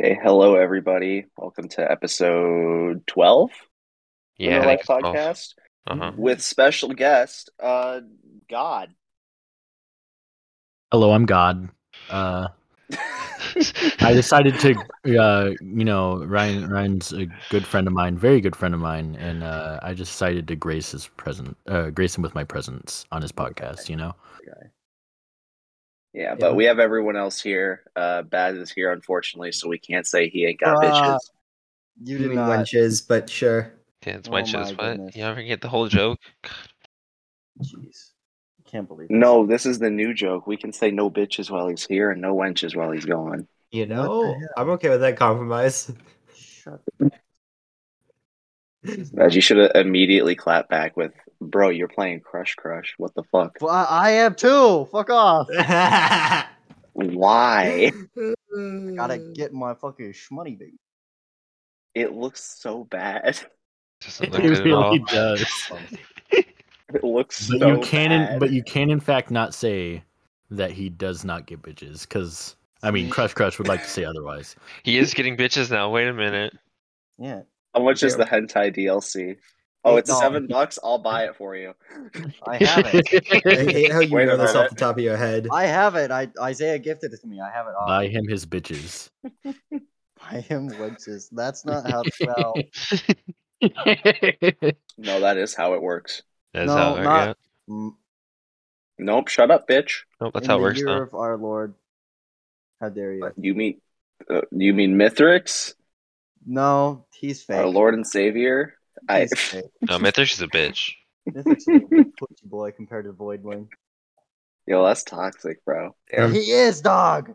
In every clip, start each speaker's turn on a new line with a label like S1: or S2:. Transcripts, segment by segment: S1: Okay, hello everybody. Welcome to episode twelve of
S2: Yeah, I
S1: the
S2: think
S1: Life
S2: it's called-
S1: Podcast
S2: Uh-huh.
S1: with special guest, uh, God.
S3: Hello, I'm God. Uh, I decided to, uh, you know, Ryan. Ryan's a good friend of mine, very good friend of mine, and uh, I just decided to grace his present, uh, grace him with my presence on his podcast. You know,
S1: yeah, but
S3: Yeah.
S1: we have everyone else here. Uh, Baz is here, unfortunately, so we can't say he ain't got
S4: Ah,
S1: bitches.
S4: You
S5: You
S4: did
S5: mean
S4: not.
S5: wenches, but sure.
S2: Yeah, it's
S4: Oh
S2: wenches.
S4: my
S2: What?
S4: goodness.
S2: You ever get the whole joke?
S4: Jeez, can't believe. this.
S1: No, this is the new joke. We can say no bitches while he's here and no wenches while he's gone.
S5: You
S4: know,
S5: I'm okay with that compromise.
S4: Shut.
S1: Baz, you should have immediately clapped back with, "Bro, you're playing Crush Crush. What the fuck?
S4: Well, I I am too. Fuck off.
S1: Why?
S4: Gotta get my fucking shmoney, baby.
S1: it looks so bad.
S2: Doesn't look
S3: it
S2: good at all.
S3: really
S4: Oh,
S3: does.
S1: It looks
S3: But
S1: so
S3: you can, in,
S1: bad.
S3: but you can, in fact, not say that he does not get bitches, because I mean, Crush Crush would like to say otherwise.
S2: He is getting bitches now. Wait a minute.
S4: Yeah.
S1: How much is
S5: Yeah.
S1: the hentai DLC? Oh,
S4: Eight
S1: it's
S4: dollars.
S1: seven bucks. I'll buy it for you.
S4: I have it.
S5: I hate how you
S1: Wait a
S5: know this
S1: minute.
S5: off the top of your head.
S4: I have it. I Isaiah gifted it to me. I have it. off.
S3: Buy him his bitches.
S4: I am wenches. That's not how. Well,
S1: No, that is how it works.
S2: That's
S4: No,
S2: how it works
S4: not-
S2: out.
S4: mm,
S1: Nope, shut up, bitch.
S2: Nope, that's
S4: in
S2: how it
S4: the
S2: works
S4: year
S2: now.
S4: of our Lord. How dare you?
S1: You mean uh, you mean Mithrix,
S4: No, he's fake.
S1: our Lord and Savior? I
S4: He's fake.
S2: No, Mithrish is a bitch.
S4: This is a little bit pussy boy compared to Voidling.
S1: yo, that's toxic, bro. Damn.
S4: He is dog.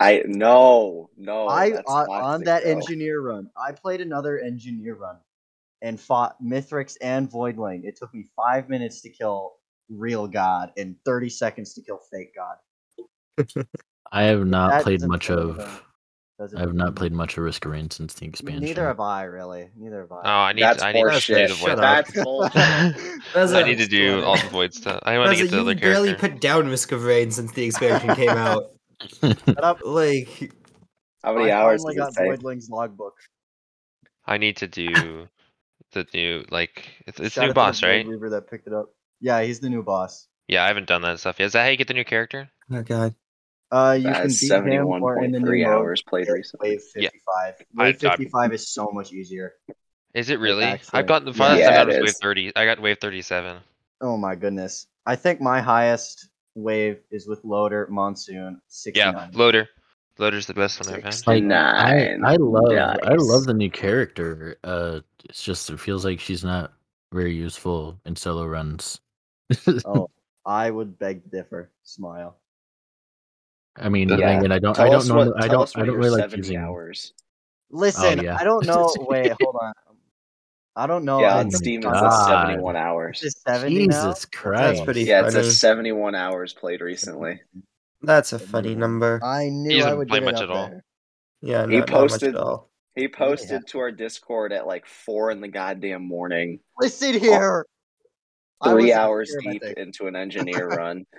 S1: I no no.
S4: I
S1: Oh, that's
S4: on, on
S1: toxic,
S4: that
S1: bro.
S4: engineer run, I played another engineer run and fought Mithrix and Voidling. It took me five minutes to kill real God and thirty seconds to kill fake God.
S3: I have not
S4: That
S3: played
S4: doesn't
S3: much
S4: tell me
S3: of.
S4: anything. Doesn't-
S3: I have not played much of Risk of Rain since the expansion.
S4: Neither have I really. Neither have
S2: Oh,
S4: I.
S2: I need.
S1: That's
S2: I need to do
S1: horseshit.
S2: the
S5: Shut
S2: void.
S5: up.
S1: That's bullshit.
S5: That's
S2: Oh, I
S5: a-
S2: need to do all the void stuff. I want to
S5: That's
S2: get
S5: a-
S2: to the other
S5: you barely
S2: character.
S5: put down Risk of Rain since the expansion came out.
S4: Shut up.
S5: Like,
S1: How many
S4: I
S1: hours
S4: finally
S1: does it
S4: got
S1: take?
S4: Voidling's logbook.
S2: I need to do the new like it's, it's
S4: Shout out
S2: new
S4: to
S2: boss,
S4: the
S2: right?
S4: Void Reaver that picked it up. Yeah, he's the new boss.
S2: Yeah, I haven't done that stuff yet. Is that how you get the new character?
S5: oh god,
S4: Uh, you
S1: That
S4: can
S1: is
S4: beat him
S1: seventy-one
S4: or in
S1: point
S4: the
S1: three
S4: new mode,
S1: hours played recently.
S4: Wave 55.
S2: I-
S4: Wave
S2: I-
S4: 55 is so much easier.
S2: Is it really?
S4: actually-
S2: I've gotten the
S4: Yeah.
S2: farthest
S1: Yeah,
S2: I've
S1: it
S2: gotten was
S1: is.
S2: wave thirty. I got wave thirty-seven.
S4: Oh my goodness. I think my highest wave is with Loader Monsoon 69.
S2: Yeah, loader. Loader's the best one I've had.
S3: Like, I,
S1: Nine.
S3: I love I
S1: Nice.
S3: love the new character. Uh, it's just it feels like she's not very useful in solo runs.
S4: oh, I would beg to differ. Smile.
S3: I mean,
S1: Yeah.
S3: yeah. I don't
S1: Tell
S3: I
S1: us
S3: don't
S1: what-
S3: know I
S1: tell us
S3: don't
S1: what
S3: I don't
S1: your
S3: really like
S1: 70
S3: using.
S1: hours.
S4: Listen,
S3: Oh, yeah.
S4: I don't know. Wait, hold on. I don't know.
S1: yeah,
S4: Oh, I
S1: on
S3: my
S4: think
S1: Steam it says
S3: God.
S1: seventy-one hours.
S4: this is 70 now.
S3: Jesus Christ!
S5: pretty-
S1: Yeah, it
S5: funny.
S1: says seventy-one hours played recently.
S5: that's a funny number.
S4: I knew
S2: doesn't
S4: I would
S2: play
S4: get
S2: much
S4: much it
S2: at
S4: at
S2: all.
S4: all.
S5: Yeah, not,
S1: He
S5: not much
S1: posted-
S5: at all.
S1: He
S4: yeah.
S1: posted to our Discord at like four in the goddamn morning,
S4: Listen here. I was
S1: three
S4: in
S1: hours
S4: here, I
S1: deep
S4: think.
S1: into an engineer run.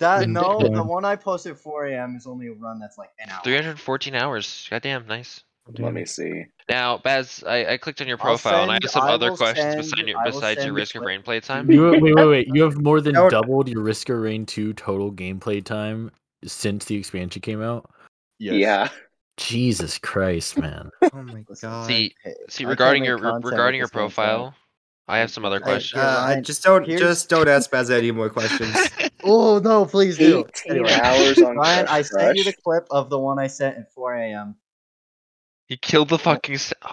S4: That, no, the one I posted at 4 a.m. is only a run that's like an hour.
S2: Three hundred fourteen hours. Goddamn, nice.
S1: Let me see.
S2: Now, Baz, I, I clicked on your
S4: I'll
S2: profile and I
S4: send-
S2: have some
S4: I
S2: other
S4: will
S2: questions
S4: send-
S2: beside your,
S4: I will
S2: besides your
S4: send
S2: risk of
S4: clip-
S2: rain play time.
S3: You, wait, wait, wait! You have more than
S5: Don't-
S3: doubled your Risk of Rain two total gameplay time since the expansion came out.
S1: Yeah,
S3: Jesus Christ, man!
S5: Oh my
S4: Listen,
S5: god.
S2: See,
S4: Hey,
S2: see,
S4: I can't
S2: regarding
S4: make
S2: your re-
S4: content with
S2: regarding your
S4: this damn thing.
S2: profile, I have some other
S4: I-
S5: I,
S2: questions.
S5: uh, I
S4: Ryan,
S5: just don't,
S4: here's-
S5: just don't ask Baz any more questions.
S4: Oh no, please do.
S1: eighteen
S4: Anyway,
S1: hours on
S4: Ryan, I
S1: Crush
S4: sent you the
S1: Crush.
S4: clip of the one I sent at 4 a.m.
S2: you killed the fucking. s oh,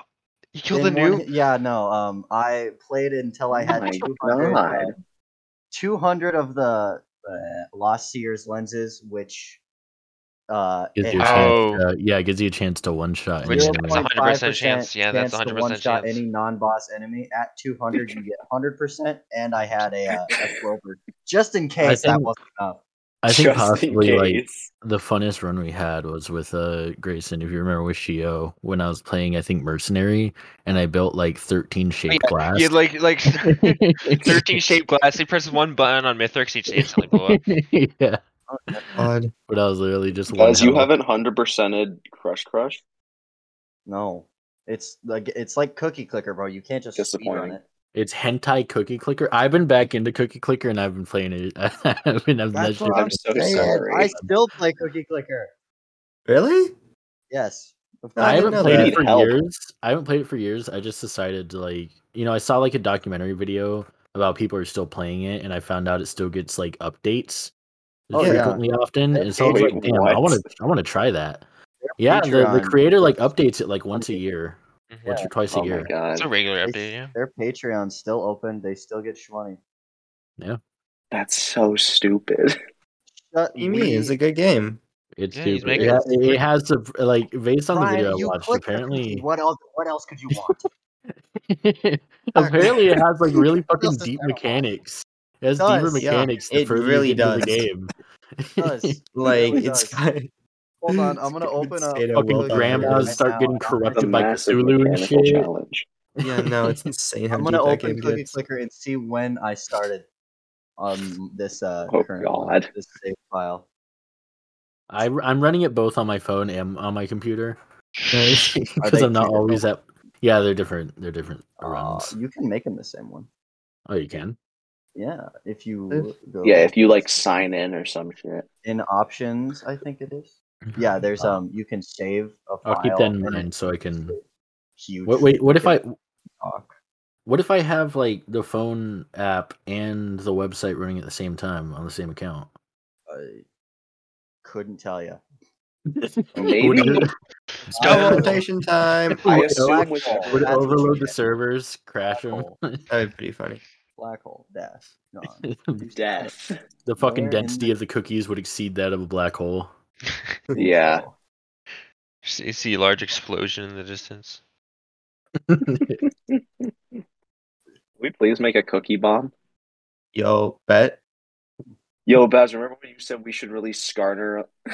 S2: you killed the
S4: In
S2: new.
S4: one- Yeah, no. Um, I played it until I
S1: Oh
S4: had
S1: my
S4: 200, uh,
S1: God.
S4: 200 of the uh, Lost Seers lenses, which uh,
S3: Gives
S4: it
S3: you a
S4: had
S3: chance.
S2: Oh.
S3: uh, yeah, it gives you a chance to one shot. and
S2: Which
S3: then
S2: that's
S3: win.
S2: 100%
S4: 0.5%
S2: chance. Yeah, that's
S4: chance to
S2: 100%
S4: one-shot
S2: chance.
S4: any non-boss enemy at 200, you get 100, percent and I had a, uh, a roper just in case that
S3: think-
S4: wasn't enough.
S3: I think
S1: Just in
S3: possibly like
S1: case.
S3: the funnest run we had was with uh Grayson, if you remember with Shio when I was playing I think Mercenary and I built like
S4: Oh,
S3: thirteen shaped glass.
S2: You had like like thirteen shaped glass. He presses one button on Mithrix, he just instantly blew up.
S3: yeah.
S5: God.
S3: But I was literally just
S1: Guys, you
S3: hell.
S1: haven't hundred percented Crush Crush.
S4: No, it's like it's like cookie clicker, bro. You can't just
S1: Disappointing.
S4: speedrun it.
S3: It's hentai cookie clicker. I've been back into cookie clicker and I've been playing it. I've been I've
S4: That's
S3: that shit.
S4: what I'm
S1: so
S4: saying.
S1: sorry.
S4: I still play cookie clicker.
S5: Really?
S4: Yes, of
S5: No,
S3: I
S5: I
S4: course.
S3: haven't
S5: didn't know
S3: played
S1: that.
S3: it for
S1: Need help.
S3: years. I haven't played it for years. I just decided to like, you know, I saw like a documentary video about people who are still playing it, and I found out it still gets like updates
S4: Oh, yeah.
S3: frequently often. And so I was
S1: Wait,
S3: like, damn, I
S1: what?
S3: want to, I want to try that. Yeah, the, the
S4: Patreon-
S3: creator like updates it like once a year,
S2: Mhm.
S3: once or twice a
S1: Oh my
S3: year.
S1: god,
S2: It's a regular
S4: It's-
S2: update, yeah.
S4: Their Patreon's still open. They still get shmoney.
S1: that's so stupid.
S4: Shut
S5: You mean it's
S4: we-
S5: a good game?
S3: It's
S2: Yeah, he's
S3: stupid.
S2: making
S3: It,
S2: it
S3: ha- it has to like based on
S4: Ryan,
S3: the video I
S4: you
S3: watched.
S4: clicked the cookie.
S3: Apparently,
S4: what else? What else could you want?
S3: Apparently, it has like really fucking
S4: else is
S3: deep
S4: there?
S3: mechanics. It has
S4: It does,
S3: deeper
S5: yeah.
S3: mechanics. the
S5: It
S3: further you
S5: really
S3: get into
S4: It
S3: The game.
S4: does.
S5: Like
S4: really
S5: it's
S4: does.
S5: kind of,
S4: Hold on, I'm gonna open
S5: Potato
S4: up. Google
S3: fucking
S5: Well done.
S3: grandmas
S4: right
S3: start
S4: now,
S3: getting
S4: and I'm
S1: The
S3: corrupted by
S1: massive
S3: Cthulhu and
S1: mechanical
S3: shit.
S1: challenge.
S5: yeah, no, it's insane how
S4: I'm
S5: deep
S4: gonna
S5: that
S4: open
S5: game
S4: Cookie
S5: gets.
S4: Clicker and see when I started on this uh
S1: Oh,
S4: current one,
S1: God.
S4: this save file.
S3: I, I'm running it both on my phone and on my computer
S4: Are
S3: because
S4: they
S3: I'm not
S4: two
S3: always at. Yeah, they're different. They're different
S4: Uh,
S3: runs.
S4: you can make them the same one.
S3: Oh, you can.
S4: Yeah, if you
S5: If-
S4: go
S1: Yeah, if you like sign in or some shit.
S4: in options, I think it is. Yeah, there's um, you can save a file.
S3: Mm-hmm. I'll keep that in
S4: and
S3: mind so I can.
S4: Huge.
S3: Wait, wait. What if I?
S4: talk.
S3: What if I have like the phone app and the website running at the same time on the same account?
S4: I couldn't tell you.
S1: Maybe.
S5: Teleportation time.
S1: I
S3: Would
S1: assume
S4: Black
S1: whichever.
S4: Hole.
S3: Would it
S4: That's what you
S3: overload the
S4: get.
S3: servers, crash them.
S5: That'd be pretty funny.
S4: Black hole, death, gone.
S1: Death.
S3: the fucking
S4: Where in
S3: density
S4: the-
S3: of the cookies would exceed that of a black hole.
S1: Yeah.
S4: So,
S2: See, see a large explosion in the distance.
S1: Can we please make a cookie bomb?
S5: Yo, bet.
S1: Yo, Baz, remember when you said we should release Skarner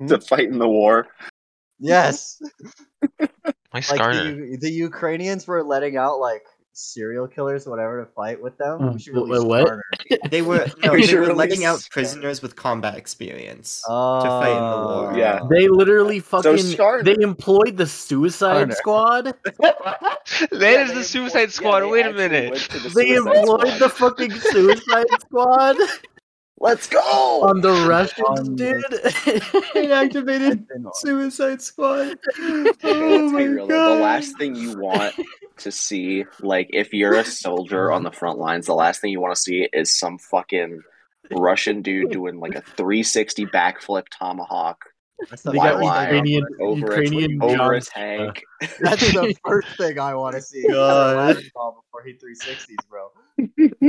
S3: Hmm?
S1: to fight in the war?
S4: Yes,
S2: My
S4: like
S2: Skarner.
S4: the, U- the Ukrainians were letting out like serial killers, whatever, to fight with them.
S3: Mm.
S4: We should
S3: Wait,
S4: release
S3: what?
S4: Garner.
S5: They were no,
S1: We
S5: they
S1: should
S5: were letting
S1: release-
S5: out prisoners with combat experience.
S4: Uh,
S5: fight in the war.
S4: Oh,
S1: Yeah.
S3: they literally fucking
S1: Scar-
S3: they employed the Suicide
S4: Skarner.
S3: Squad.
S2: That
S1: Yeah,
S2: is
S1: they
S2: the
S1: employed-
S2: Suicide
S1: yeah,
S2: Squad.
S1: they
S2: Wait a
S1: actually
S2: minute.
S1: went to the
S3: They
S1: Suicide
S3: employed
S1: Squad.
S3: the fucking Suicide Squad
S1: Let's go!
S3: on the Russians,
S4: On
S3: dude.
S5: they activated
S4: That's enough.
S5: Suicide Squad.
S1: Okay,
S5: Oh
S1: let's be
S5: my
S1: real. though.
S5: god.
S1: The last thing you want to see, like, if you're a soldier on the front lines, the last thing you want to see is some fucking Russian dude doing like a 360 backflip tomahawk
S4: That's
S3: they
S4: the
S1: Why
S3: got
S1: lie?
S3: Ukrainian
S1: over
S3: Ukrainian
S1: a, over a
S3: John
S1: tank.
S4: That's the first thing I want to see.
S5: God.
S4: Ladder saw before he 360s, bro.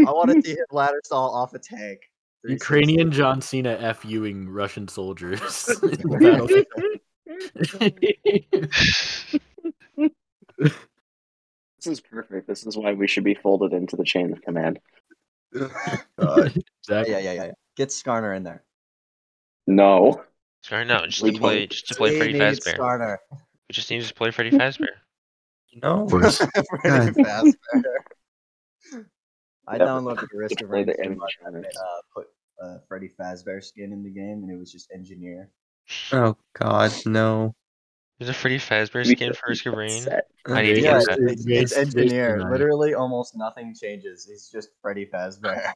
S4: I want to see him ladder saw off a tank. 360.
S3: Ukrainian John Cena fuing Russian soldiers.
S1: This is perfect. This is why we should be folded into the chain of command.
S5: God.
S4: Yeah,
S3: Exactly.
S4: yeah, yeah, yeah. Get Skarner in there.
S1: No.
S2: Skarner, no, just
S1: We
S2: to play,
S1: need-
S2: just to play
S4: We
S2: Freddy
S4: need
S2: Fazbear.
S4: Skarner.
S2: We just need to play Freddy Fazbear.
S5: You know?
S4: Freddy Fazbear.
S1: Yeah,
S4: I downloaded the Risk
S1: to
S4: of
S1: play
S4: Rain
S1: the
S4: too much.
S1: animatronics.
S4: and, uh, put uh, Freddy Fazbear skin in the game, and it was just engineer.
S5: Oh god, no.
S2: There's a Freddy Fazbear
S1: We
S2: skin
S1: should
S2: for Risk of
S1: be
S2: Rain.
S1: upset.
S2: I need to
S4: Yeah,
S2: get
S4: it's,
S2: that.
S4: it's, it's
S3: Jason- Jason
S4: engineer.
S3: Knight.
S4: Literally, almost nothing changes. It's just Freddy Fazbear.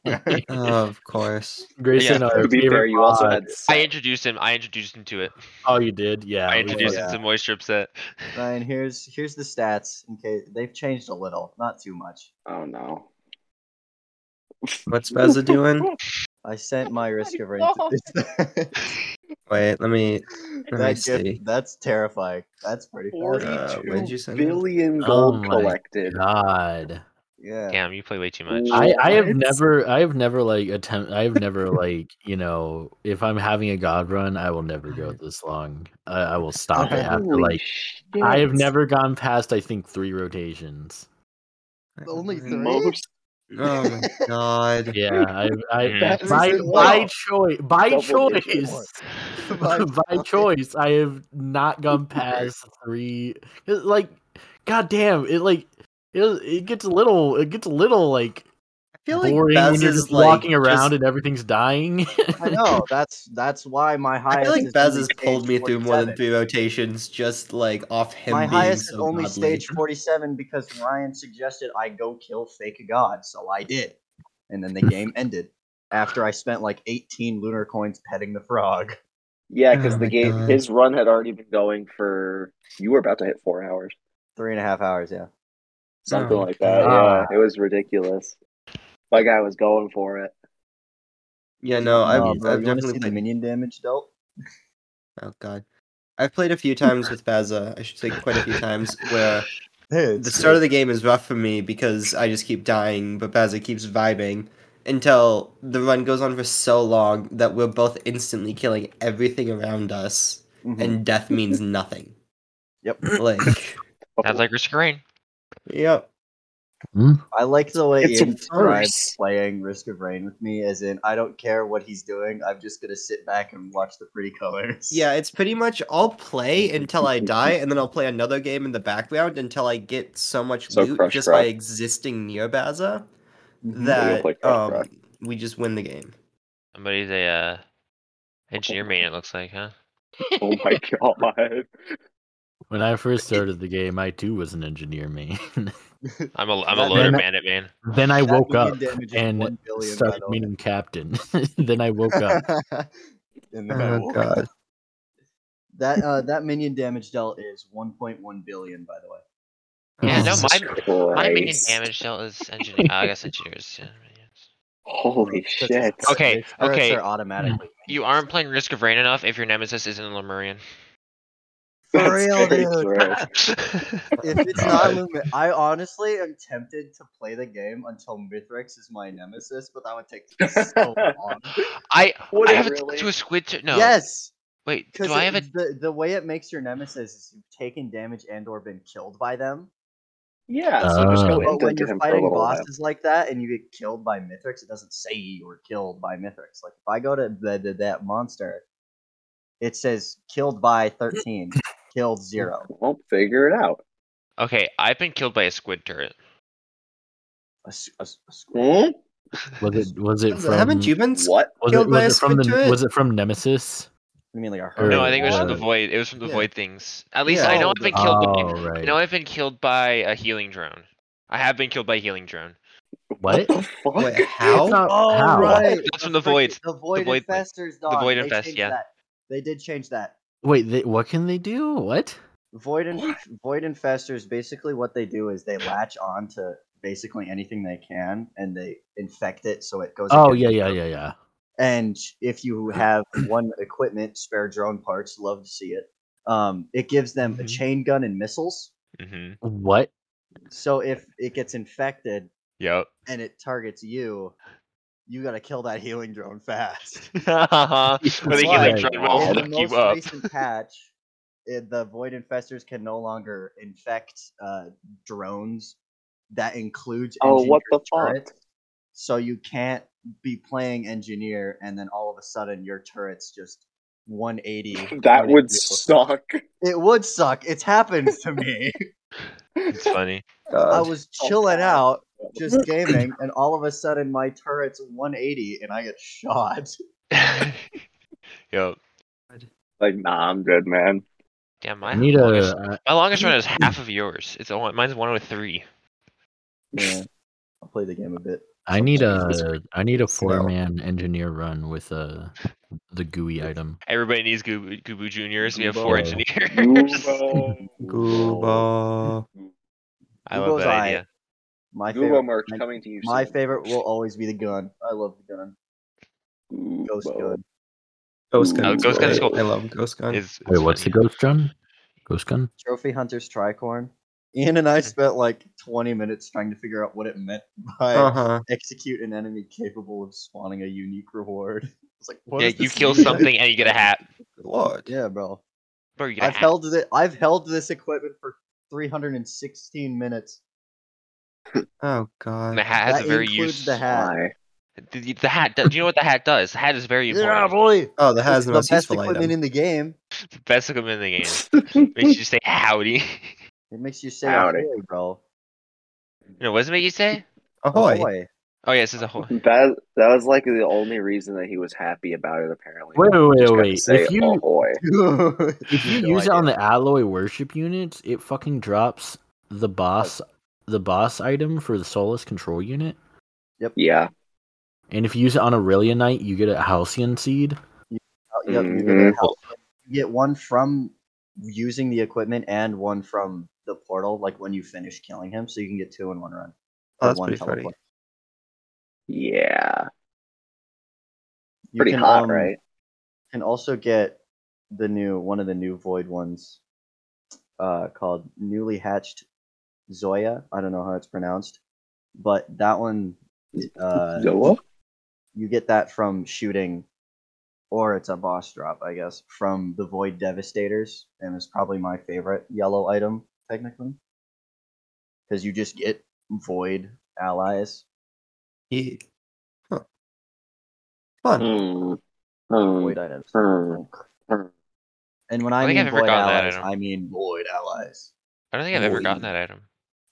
S5: Oh, of course.
S3: Grayson,
S2: Yeah,
S3: our
S1: To be
S3: favorite
S1: fair, you also
S3: pod-
S1: had.
S2: I introduced him. I introduced him to it.
S3: Oh, you did? Yeah.
S2: I
S3: we
S2: introduced
S3: fucking-
S2: him to Moisture Upset.
S4: Ryan, here's here's the stats. In case they've changed a little, not too much.
S1: Oh no.
S5: What's Beza doing?
S4: I sent my risk of rain. To
S5: Wait, let me Let me
S4: that
S5: see.
S4: gift, that's terrifying. That's pretty
S1: Forty
S4: fast.
S5: Uh,
S1: two
S5: when'd you send that?
S1: billion gold
S3: Oh my
S1: collected.
S3: God.
S4: Yeah.
S2: Damn, you play way too much.
S1: Ooh.
S3: I, I have
S1: What?
S3: never I have never like attempt I have never like you know if I'm having a god run I will never go this long I, I will stop it after
S1: Holy
S3: like
S1: shit.
S3: I have never gone past I think three rotations
S4: Only three?
S1: Most
S5: Mm, Oh my god.
S3: yeah I
S2: Mm-hmm.
S3: I
S1: That
S3: by,
S1: is
S3: by
S1: low.
S3: choice by
S1: Double digit more.
S3: choice
S4: By
S3: by, choice I have not gone past three it, like goddamn it like it it gets a little it gets a little like
S5: feel like
S3: boring
S5: Bez
S3: when you're
S5: is
S3: just
S5: like,
S3: walking around
S5: just-
S3: and everything's dying.
S4: I know that's that's why my
S5: I
S4: highest.
S5: feel like
S4: is
S5: Bez
S4: only
S5: has
S4: stage
S5: pulled me through more than
S4: 47.
S5: three rotations just like off him
S4: My
S5: being
S4: highest
S5: so
S4: is only
S5: godly.
S4: stage forty-seven because Ryan suggested I go kill fake god, so I did, and then the game ended after I spent like eighteen lunar coins petting the frog.
S1: Yeah, because
S5: Oh
S1: the
S5: my
S1: game
S5: God.
S1: his run had already been going for you were about to hit four hours.
S4: Three and a half hours, yeah.
S1: Something
S5: Oh my
S1: like that.
S3: God.
S1: Yeah. It was ridiculous. My guy was going for it.
S5: Yeah, no, I've,
S4: Oh, bro,
S5: I've
S4: you wanna see
S5: definitely
S4: the
S5: played.
S4: minion damage dealt.
S5: Oh god, I've played a few times with Baza. I should say quite a few times where the start of the game is rough for me because I just keep dying, but Baza keeps vibing until the run goes on for so long that we're both instantly killing everything around us, and death means nothing.
S4: Mm-hmm. Yep.
S5: Like,
S2: That's like your screen.
S5: yep.
S4: I like the way
S1: It's a
S4: Ian describes
S1: verse.
S4: playing Risk of Rain with me, as in I don't care what he's doing. I'm just gonna sit back and watch the pretty colors.
S5: Yeah, it's pretty much I'll play until I die, and then I'll play another game in the background until I get so much
S1: So
S5: loot
S1: Crush
S5: just
S1: Crush.
S5: by existing near Baza
S4: Mhm.
S1: you'll
S5: that
S1: play Crush
S5: um,
S1: Crush.
S5: we just win the game.
S2: Somebody's a uh, engineer man. It looks like, huh?
S1: Oh my god.
S3: when I first started the game, I too was an engineer man.
S2: I'm a I'm a
S4: That-
S2: loader
S3: then-
S2: bandit man.
S3: then I
S4: That
S3: woke
S4: minion
S3: up
S4: damage is
S3: and
S4: 1 billion, by
S3: started
S4: the way.
S3: meeting captain. then I woke up.
S4: And then I
S5: oh
S4: woke up.
S5: god.
S4: That uh, that minion damage dealt is 1.1 billion, by the way.
S2: Yeah, no,
S5: Jesus
S2: my my minion
S1: Christ.
S2: damage dealt is engineer. oh, I guess engineers. Yeah, minions.
S1: Holy
S4: Because
S1: shit.
S4: it's-
S2: Okay,
S4: their turrets
S2: okay.
S4: are
S3: Hmm.
S4: automatically.
S2: You aren't playing Risk of Rain enough if your nemesis isn't a Lemurian.
S4: For
S1: That's
S4: real,
S1: very
S4: dude.
S1: true.
S4: If it's not Lumen, I honestly am tempted to play the game until Mithrix is my nemesis, but that would take so long.
S2: I
S1: Would
S2: I
S1: it
S2: have
S1: really?
S2: to a squid. To, no.
S4: Yes,
S2: Wait.
S4: because
S2: Do I have a?
S4: the the way it makes your nemesis is you've taken damage and or been killed by them.
S1: Yeah, so just go
S3: Ah.
S4: But when
S1: into
S4: you're
S1: him for a
S4: fighting
S1: little while.
S4: bosses like that and you get killed by Mithrix, it doesn't say you were killed by Mithrix. Like if I go to the, the, that monster, it says killed by thirteen, killed zero.
S1: Well, figure it out.
S2: Okay, I've been killed by a squid turret.
S4: A s- a s- a s-
S1: Hmm?
S3: Was it was it
S5: Baza,
S3: from
S5: Haven't you been
S1: What?
S3: was
S5: killed
S3: it,
S5: by
S3: was
S5: a
S3: it from
S5: squid
S3: the
S5: turret?
S3: was it from Nemesis?
S4: You mean like a
S3: Or-
S4: herd?
S2: No, I think it was from the
S3: Uh,
S2: void. It was from the
S5: yeah.
S2: void things. At least
S5: Yeah.
S2: I know
S5: Oh,
S2: I've been
S5: the-
S2: killed. by,
S3: Oh
S2: I
S3: right.
S2: know I've been killed by a healing drone. I have been killed by a healing drone.
S3: what?
S1: the fuck?
S5: Wait, how?
S3: It's not-
S5: oh,
S3: how?
S2: That's from the void.
S4: Oh, The void,
S2: The void thing.
S4: infestors, dog.
S2: void
S4: They
S2: infest,
S4: changed
S2: yeah.
S4: That. They did change that.
S3: Wait, they, what can they do? What?
S4: Void and void infestors basically what they do is they latch on to basically anything they can and they infect it so it goes.
S3: Oh
S4: against-
S3: yeah, yeah, yeah, yeah.
S4: And if you have one equipment, spare drone parts, love to see it. Um, it gives them a
S2: Mhm.
S4: chain gun and missiles.
S2: Mm-hmm.
S3: What?
S4: So if it gets infected
S2: Yep.
S4: and it targets you, you gotta kill that healing drone fast.
S2: With a healing
S4: Why?
S2: drone will
S4: in the
S2: fuck you
S4: most
S2: up.
S4: recent patch, it, the void infestors can no longer infect uh, drones. That includes
S1: Oh, what the
S4: engineer
S1: fuck?
S4: turrets. So you can't be playing engineer and then all of a sudden your turrets just 180.
S1: That
S4: target
S1: would
S4: you.
S1: suck.
S4: it would suck. It's happened to me.
S2: It's funny.
S4: I
S5: God.
S4: was
S1: Oh,
S4: chilling
S1: God.
S4: out, just gaming, and all of a sudden my turret's 180 and I get shot.
S2: yep.
S1: Like, nah, I'm good, man.
S2: Damn, my
S3: I need
S2: longest,
S3: a. I-
S2: my longest run is half of yours. It's only, mine's 103.
S4: Yeah, I'll play the game a bit.
S3: I need
S5: Jesus
S3: a. I need a
S5: So-
S3: four-man engineer run with uh, the GUI item.
S2: Everybody needs Gubu, Gubu Juniors. We have four
S3: Gubo.
S2: engineers.
S1: Google. Oh.
S5: Gooba.
S2: I love
S4: Gubo's
S2: that
S4: eye.
S2: idea.
S4: My
S1: Google
S4: favorite,
S1: merch
S4: my,
S1: coming to you
S4: my
S1: soon.
S4: favorite will always be the gun. I love the gun. Ghost
S1: Google.
S4: gun.
S5: Ghost Gun.
S1: Oh,
S5: is
S1: Ghost Gun is
S5: great.
S2: cool.
S5: I love Ghost Gun.
S2: It's,
S3: Wait, what's the ghost gun? Ghost gun?
S4: Trophy Hunter's Tricorn. Ian and I spent like 20 minutes trying to figure out what it meant by
S5: Uh huh.
S4: execute an enemy capable of spawning a unique reward. It's like, what
S2: Yeah,
S4: does
S2: you
S4: this
S2: kill
S4: mean?
S2: something and you get a hat.
S5: Lord.
S4: Yeah, bro.
S2: Bro, you get a
S4: I've
S2: hat.
S4: held it. I've held this equipment for 316 minutes.
S5: Oh
S2: And
S5: god.
S2: the hat has
S4: that
S2: a very
S4: includes
S2: use.
S4: the hat.
S1: Why?
S2: The, the hat. Do you know what the hat does? The hat is very
S4: Yeah,
S2: important.
S4: boy.
S5: Oh, the has
S4: It's
S5: the
S4: the,
S5: most
S4: best
S5: useful
S4: equipment
S5: item.
S4: in the game.
S2: It's the best equipment in the game. Makes you say howdy.
S4: It makes you say,
S1: Howdy.
S4: "Ahoy, bro.
S2: You know, what does it make you say?
S5: Ahoy.
S4: Ahoy.
S2: Oh yeah, this is a whole.
S1: That that was like the only reason that he was happy about it. Apparently,
S3: Wait, wait, wait,
S1: Just gotta
S3: wait.
S1: say, oh,
S3: If you-
S1: "Ahoy."
S3: If you
S4: No
S3: use it on
S4: idea.
S3: the alloy worship units, it fucking drops the boss the boss item for the soulless control unit.
S1: yeah,
S3: And if you use it on Aurelia Knight, you get a Halcyon seed.
S4: Oh, yep, you,
S5: Mm-hmm.
S4: get a
S1: Mhm.
S4: health- you get one from using the equipment and one from the portal, like when you finish killing him, so you can get two in one run.
S5: Oh,
S4: Or
S5: that's
S4: one
S5: pretty funny.
S4: teleport.
S1: yeah,
S4: You
S1: pretty
S4: can,
S1: hot,
S4: um,
S1: right?
S4: can also get the new one of the new void ones uh, called newly hatched zoya i don't know how it's pronounced but that one uh,
S1: Zoa?
S4: you get that from shooting or it's a boss drop i guess from the void devastators and it's probably my favorite yellow item technically because you just get void allies
S5: Yeah. Huh. Fun.
S1: Hmm. Hmm.
S4: void items
S1: Hmm. Hmm.
S4: and when
S2: I
S4: i,
S2: think
S4: mean
S2: I've ever
S4: void
S2: gotten that
S4: allies
S2: item.
S4: i mean void allies
S2: I don't think I've ever gotten
S5: Holy-
S2: that item.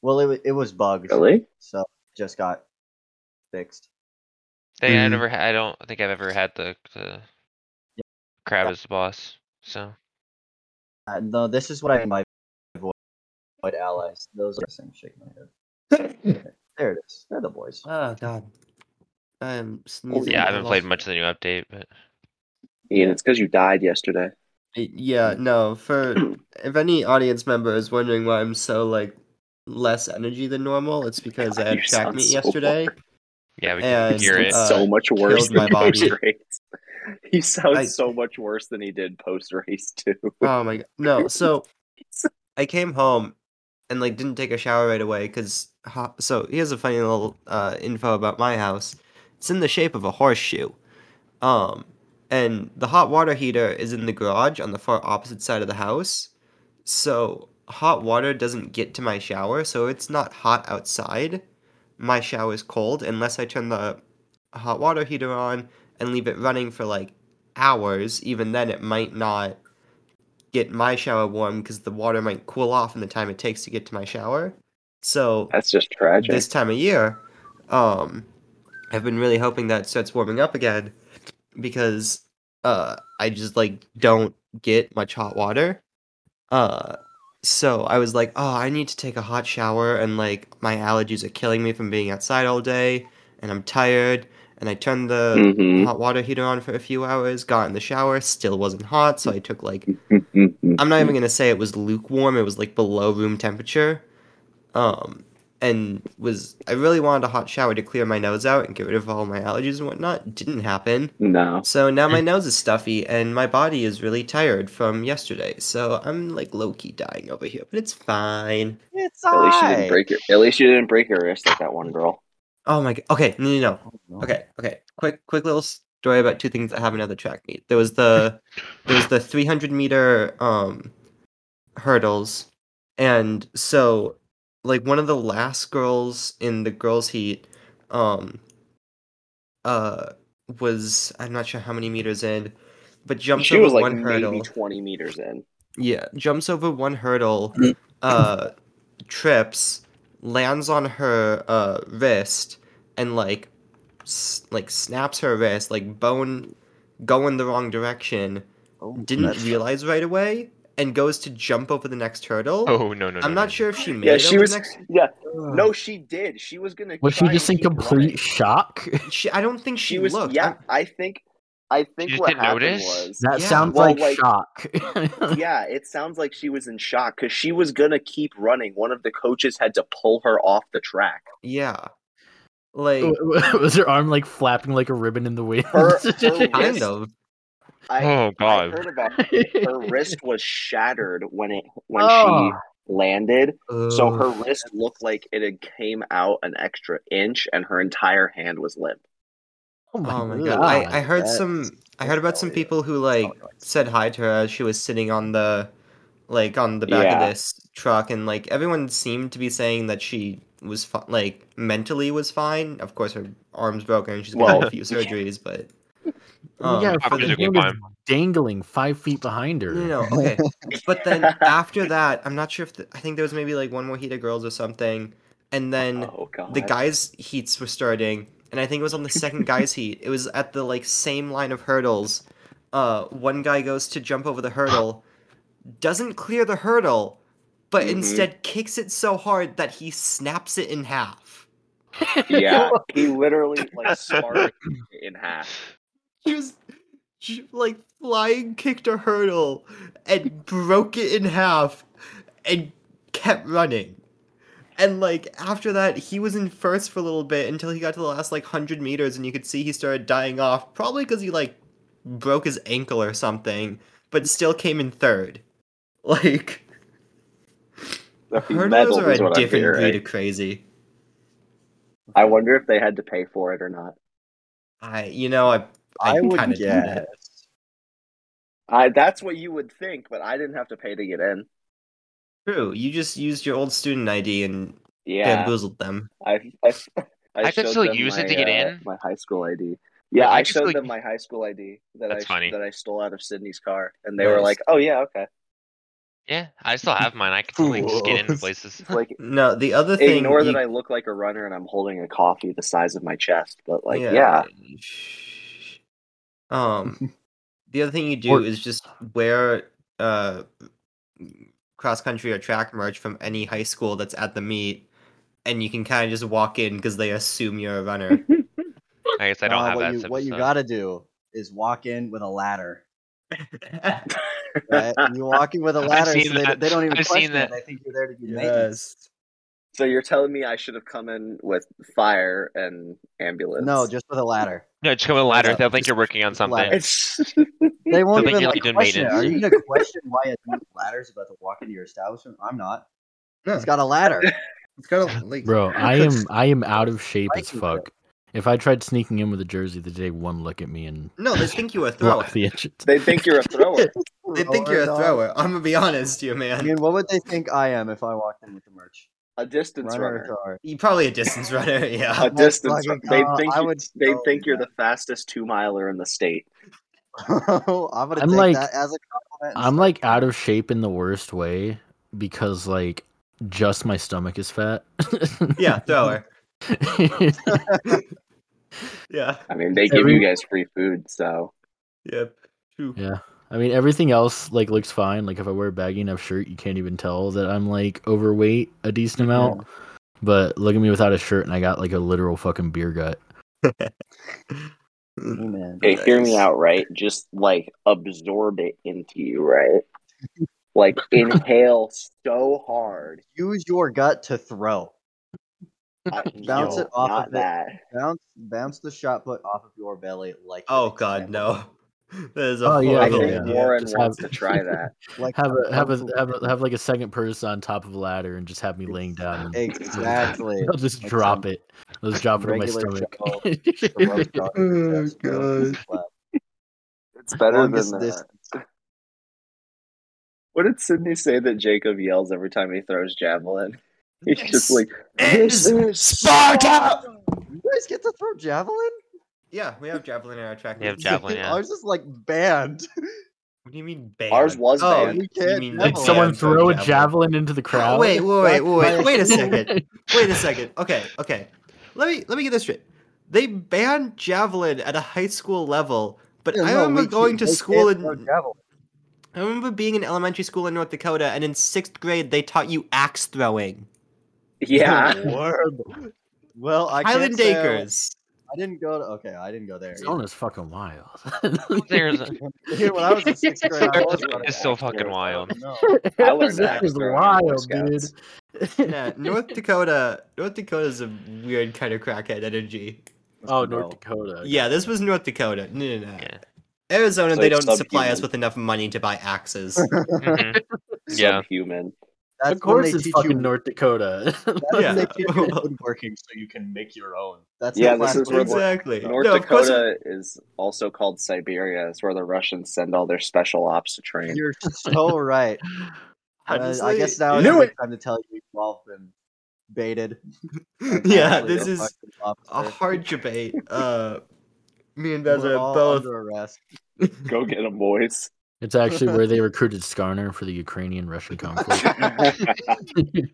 S4: Well, it, wa- it was bugged,
S1: Really?
S4: so it just got fixed.
S2: They, I
S5: Mm.
S2: never. ha- I don't think I've ever had the the crab as the boss. So
S4: Uh, no, this is what I mean by void void allies. Those are the same shit. in my head. There it is. They're the boys.
S5: Oh god. I am sneezing.
S2: yeah, I
S5: I
S2: haven't played
S5: lost-
S2: much of the new update, but
S1: Ian, it's because you died yesterday.
S5: Y- Yeah, no. For if any audience member is wondering why I'm so like less energy than normal, it's because I had
S1: You
S5: track
S1: sound
S5: meet
S1: so
S5: yesterday.
S1: bored.
S2: yeah, we
S5: And,
S2: can hear it.
S1: It's so
S5: uh,
S1: much worse
S5: killed my
S1: than post
S5: body.
S1: race. He sounds
S5: I-
S1: so much worse than he did post race too.
S5: Oh my god. No, so I came home and like didn't take a shower right away because so here's a funny little uh, info about my house. It's in the shape of a horseshoe, um, and the hot water heater is in the garage on the far opposite side of the house. So hot water doesn't get to my shower, so it's not hot outside. My shower is cold unless I turn the hot water heater on and leave it running for like hours. Even then, it might not get my shower warm because the water might cool off in the time it takes to get to my shower. So
S1: That's just tragic.
S5: this time of year, um, I've been really hoping that it starts warming up again because uh, I just like don't get much hot water. Uh, so I was like, oh, I need to take a hot shower, and like my allergies are killing me from being outside all day, and I'm tired. And I turned the
S1: Mhm.
S5: hot water heater on for a few hours, got in the shower, still wasn't hot, so I took like
S1: Mm-hmm.
S5: I'm not even gonna say it was lukewarm. It was like below room temperature, um, and was I really wanted a hot shower to clear my nose out and get rid of all my allergies and whatnot. Didn't happen.
S1: No.
S5: So now my nose is stuffy and my body is really tired from yesterday. So I'm like low key dying over here, but it's fine.
S4: It's
S1: At least you didn't
S4: I.
S1: break your. At least you didn't break your wrist like that one girl.
S5: Oh my god. Okay, no, no, no.
S4: Oh, no.
S5: Okay, okay. Quick, quick little story about two things that happened at the track meet. There was the there was the 300 meter um hurdles, and so like one of the last girls in the girls heat, um, uh, was I'm not sure how many meters in, but jumps
S1: She
S5: over
S1: was like
S5: one hurdle.
S1: maybe twenty meters in.
S5: Yeah, jumps over one hurdle, uh, trips, lands on her uh, wrist, and like, s- like snaps her wrist, like bone, going the wrong direction.
S4: Oh,
S5: Didn't
S4: that's-
S5: realize right away, and goes to jump over the next hurdle.
S2: Oh no no. no,
S5: I'm
S2: no,
S5: not sure if she made
S1: Yeah,
S5: it
S1: she
S5: over
S1: was.
S5: the next.
S1: Yeah,
S5: Ugh.
S1: no, she did. She was gonna.
S3: Was
S1: try
S3: she just
S1: and
S3: in
S1: keep
S3: complete
S1: running.
S3: shock?
S5: She, I don't think she,
S1: She was.
S5: looked.
S1: yeah,
S5: I'm-
S1: i think. I think
S2: just
S1: what
S2: didn't
S1: happened
S2: notice?
S1: was.
S3: That
S5: Yeah.
S3: sounds
S1: Well,
S3: like,
S1: like-
S3: shock.
S1: yeah, it sounds like she was in shock because she was gonna keep running. One of the coaches had to pull her off the track.
S5: yeah. Like,
S3: was her arm like flapping like a ribbon in the wind?
S1: Her- her
S5: kind
S1: wrist-
S5: of.
S1: I,
S2: Oh
S1: I
S2: god.
S1: heard about her wrist was shattered when it when
S3: Oh.
S1: she landed. So her
S5: Ugh.
S1: wrist looked like it had came out an extra inch, and her entire hand was limp.
S5: Oh my god! I, I heard
S4: that's-
S5: some. I heard about some
S4: Oh, yeah.
S5: people who like
S4: Oh, no, it's-
S5: said hi to her as she was sitting on the, like on the back
S1: Yeah.
S5: of this truck, and like everyone seemed to be saying that she was fi- like mentally was fine. Of course, her arm's broken. and She's gonna have
S1: Well,
S5: a few
S1: yeah.
S5: surgeries, but.
S3: Well,
S5: um,
S3: yeah, for
S5: for
S3: the
S5: the-
S2: Physically
S3: hand is
S2: fine.
S3: dangling five feet behind her.
S5: no, no, no, okay. But then after that, I'm not sure if the, I think there was maybe like one more heat of girls or something, and then
S1: Oh god.
S5: the guys' heats were starting, and and I think it was on the second guy's heat. It was at the like same line of hurdles. Uh, one guy goes to jump over the hurdle, doesn't clear the hurdle, but
S1: Mhm.
S5: instead kicks it so hard that he snaps it in half.
S1: Yeah, he literally like sparked it in half.
S5: He was j- like flying kicked a hurdle and broke it in half and kept running. And like after that, he was in first for a little bit until he got to the last like hundred meters, and you could see he started dying off, probably because he like broke his ankle or something, but still came in third. Like
S1: The
S5: hurdles
S1: medals
S5: are
S1: is
S5: a
S1: what I'm
S5: different
S1: hearing.
S5: breed of crazy.
S1: I wonder if they had to pay for it or not.
S5: I, you know, I, I,
S4: I
S5: can
S4: would
S5: kind of do
S4: guess.
S5: that.
S1: I that's what you would think, but I didn't have to pay to get in.
S5: True, you just used your old student ID and
S1: Yeah,
S5: bamboozled them.
S1: I, I,
S2: I could
S1: showed
S2: still
S1: them
S2: use it to
S1: my,
S2: get
S1: uh,
S2: in.
S1: My high school ID. Yeah, I,
S2: I could
S1: showed
S2: still-
S1: them my high school ID that
S2: That's
S1: I
S2: funny.
S1: that I stole out of Sydney's car, and they were
S5: Nice.
S1: like, "Oh yeah, okay."
S2: Yeah, I still have mine. I can like just get into
S5: Fools.
S2: places.
S1: Like
S5: No, the other thing.
S1: ignore
S5: you-
S1: that I look like a runner and I'm holding a coffee the size of my chest, but like yeah,
S5: Shh. Um, the other thing you do
S3: Or-
S5: is just wear uh cross country or track merch from any high school that's at the meet, and you can kind of just walk in because they assume you're a runner.
S2: I guess I don't
S4: Nah,
S2: have
S4: uh, what
S2: that.
S4: you,
S2: sip
S4: What you
S2: of-
S4: gotta do is walk in with a ladder. Right? you walk in with a
S2: I've
S4: ladder,
S2: seen
S4: so they,
S2: that.
S4: they don't even
S2: I've seen
S4: question
S2: that.
S4: it. I think you're there to do maintenance.
S5: yes.
S1: So you're telling me I should have come in with fire and ambulance?
S4: No, just with a ladder.
S2: No, just come with a ladder.
S4: up,
S2: They'll think
S4: just-
S2: you're working on
S4: just ladder.
S2: something.
S1: it's
S4: They won't
S2: think
S4: even
S2: you're
S4: like,
S2: doing
S4: question it. Are
S2: maintenance.
S4: you gonna question why a dude with ladders about to walk into your establishment? I'm not.
S5: No.
S4: He's got a ladder.
S5: It's kind of like
S3: Bro, I am I am out of shape as
S4: Viking
S3: fuck. If I tried sneaking in with a jersey, they'd take one look at me and
S5: No, they think you a thrower.
S3: block the entrance.
S1: they think you're a thrower.
S5: They think you're a
S4: Throwing
S5: thrower. I'm gonna be honest, to you
S4: on- I
S5: man.
S4: mean, what would they think I am if I walked in with the merch?
S1: A distance
S4: Runner, or
S1: runner.
S4: thrower?
S5: You're probably a distance runner. Yeah.
S1: A distance runner.
S4: fucking
S1: They
S4: God,
S1: think
S4: I
S1: you,
S4: would
S1: they
S4: totally
S1: think you're
S4: not.
S1: the fastest two miler in the state.
S4: I'm gonna
S3: I'm
S4: take
S3: like-
S4: that as a compliment. and
S3: I'm
S4: start-
S3: like out of shape in the worst way because like just my stomach is fat.
S5: Yeah, thrower. Yeah.
S1: I mean, they give
S3: Every-
S1: you guys free food, so
S5: Yep. True.
S3: yeah. I mean everything else like looks fine. Like if I wear a baggy enough shirt, you can't even tell that I'm like overweight a decent amount. But look at me without a shirt and I got like a literal fucking beer gut.
S4: Amen.
S1: hey, hear me
S5: Nice.
S1: out, right? Just like absorb it into you, right? Like inhale so hard,
S4: Use your gut to throw.
S1: I-
S4: Bounce
S1: no,
S4: it off
S1: Not
S4: of it.
S1: that.
S4: Bounce, bounce the shot put off of your belly like.
S5: Oh
S4: an
S5: God,
S4: example.
S5: no. That is a
S3: Oh, yeah,
S1: I
S5: horrible
S1: think
S3: yeah.
S5: idea.
S1: Warren
S3: Just have-
S1: wants to try that.
S4: Like
S3: Have a have a
S4: kung fu
S3: have, a,
S4: panda.
S3: have like a second person on top of a ladder and just have me laying down. and-
S4: Exactly.
S3: They'll just
S4: Like
S3: drop
S4: some
S3: it. They'll just drop it on my
S4: regular
S3: stomach.
S4: Joe, just a rough dog
S5: Oh,
S4: that's real flat.
S1: It's better
S4: Longest
S1: than
S4: distance.
S1: that. What did Sydney say that Jacob yells every time he throws javelin? He's just like, "This is Sparta!"
S4: You guys get to throw javelin?
S5: Yeah, we have javelin in our track.
S2: We have
S5: meets.
S2: javelin. yeah.
S4: Ours is like banned.
S5: What do you mean banned?
S1: Ours was
S5: oh,
S1: banned.
S5: You,
S4: We can't
S5: mean
S4: have
S3: Did
S4: Javelin.
S3: someone
S5: banned
S3: throw a
S5: for
S3: javelin into the
S5: Oh,
S3: crowd?
S5: wait, wait, wait, wait,
S4: That's
S5: wait a second. Wait a second. Okay, okay. Let me let me get this straight. They banned javelin at a high school level, but I remember going to school in I remember being in elementary school in North Dakota, and in sixth grade they taught you axe throwing.
S1: Yeah,
S4: Well, I can't
S5: Highland
S4: say I-
S5: Acres.
S4: I didn't go to. Okay, I didn't go there. either.
S3: Arizona's fucking wild.
S2: There's
S4: Dude, when I was in sixth grade, I was
S1: Arizona
S4: running
S2: it's so
S4: axe
S2: fucking
S1: Arizona.
S2: wild.
S4: throwing. No.
S1: I learned
S3: That
S1: axe
S3: was
S1: throwing in Boy
S3: wild, dude.
S1: Scouts.
S5: yeah, North Dakota. North Dakota's a weird kind of crackhead energy.
S3: Oh,
S4: No.
S3: North Dakota.
S5: Yeah, this was North Dakota. No, no, no.
S2: Yeah.
S5: Arizona,
S1: So
S5: they
S1: it's
S5: don't supply us
S1: subhuman.
S5: with enough money to buy axes.
S2: Mhm.
S4: Mm-hmm.
S2: Yeah.
S1: Subhuman.
S4: That's
S3: of course
S4: when they
S3: it's
S4: teach
S3: fucking
S4: you.
S3: North Dakota.
S4: That's when
S5: Yeah.
S4: they teach you woodworking so you can make your own. That's
S1: Yeah,
S4: the
S1: this
S4: class
S1: is
S4: where-
S1: where-
S5: exactly.
S1: North
S5: no, of course-
S1: Dakota is also called Siberia. It's where the Russians send all their special ops to train.
S4: You're so right. And I- I
S5: honestly,
S4: guess now is
S5: yeah,
S4: the time to tell you we've all been baited.
S5: yeah,
S4: Actually,
S5: this
S4: the
S5: is
S4: fucking
S5: a
S4: officer.
S5: hard debate. Uh, me and
S4: We're
S5: Bez are
S4: all
S5: both
S4: under arrest.
S1: Go get 'em, boys.
S3: It's actually where they recruited Skarner for the Ukrainian Russian conflict.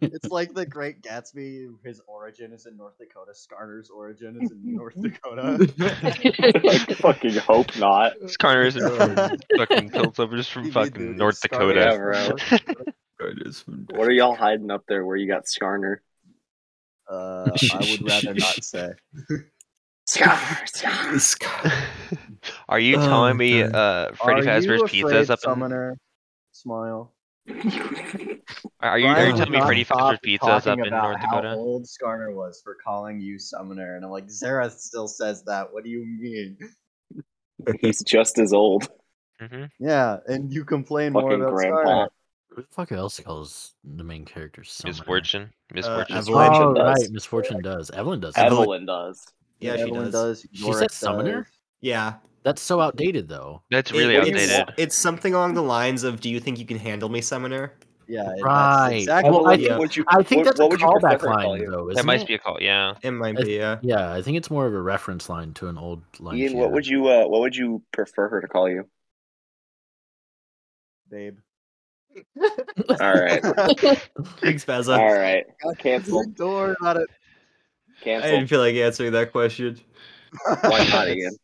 S4: It's like the Great Gatsby. His origin is in North Dakota. Skarner's origin is in North Dakota.
S1: I fucking hope not.
S2: Skarner isn't from fucking Piltover's
S4: You
S2: from
S4: need
S2: fucking
S4: to-
S2: North
S4: Skarner
S1: Yeah,
S2: Dakota.
S1: bro. What
S5: What
S1: are y'all hiding up there where you got Skarner?
S4: Uh, I would rather not say.
S1: Skarner, Skarner.
S2: Are you
S5: Oh,
S2: telling me
S5: God.
S2: uh Freddy
S4: Are you
S2: Fazbear's Pizza is
S4: afraid,
S2: up in,
S4: Summoner. Smile.
S2: Are you are you
S4: Brian
S2: telling me
S4: would
S2: Freddy
S4: not stop
S2: Fazbear's Pizza is up
S4: talking
S2: in
S4: about
S2: North
S4: How
S2: Dakota?
S4: old Skarner was for calling you Summoner, and I'm like, Zara still says that. What do you mean?
S1: He's just as old.
S5: Hmm?
S2: Mhm.
S4: Yeah, and you complain more
S1: Fucking
S4: about
S1: grandpa.
S4: Skarner.
S3: Who the fuck else calls the main character Summoner?
S2: Misfortune.
S4: Uh,
S2: Misfortune.
S5: I've
S1: Evelyn
S3: Oh,
S1: does.
S3: right. Misfortune does. Evelyn does.
S5: Evelyn-
S1: Evelyn does.
S5: Yeah, she
S4: Evelyn
S5: does.
S4: does.
S3: She
S4: Yorick
S3: said Summoner?
S4: does.
S5: Yeah.
S3: That's so outdated, though.
S2: That's really
S5: It-
S2: outdated.
S5: It's, it's something along the lines of, "Do you think you can handle me, Summoner?"
S4: Yeah, that's
S3: Right.
S4: exactly
S3: Well,
S4: what
S3: I
S4: you-
S5: yeah.
S1: would you,
S3: I think that's a
S1: would you prefer her
S3: callback
S1: to call
S3: line,
S1: you?
S3: though.
S2: That
S3: isn't
S2: might
S3: it?
S2: be a call, yeah.
S5: It might
S3: I-
S5: be. Yeah.
S3: Yeah, I think it's more of a reference line to an old line.
S1: Ian,
S3: she
S1: what
S3: had.
S1: would you uh, what would you prefer her to call you?
S4: babe.
S1: All right,
S5: Thanks, Baza.
S1: all right, cancel,
S4: Don't worry about it.
S5: I
S1: cancel.
S5: didn't feel like answering that question.
S1: Why not Ian?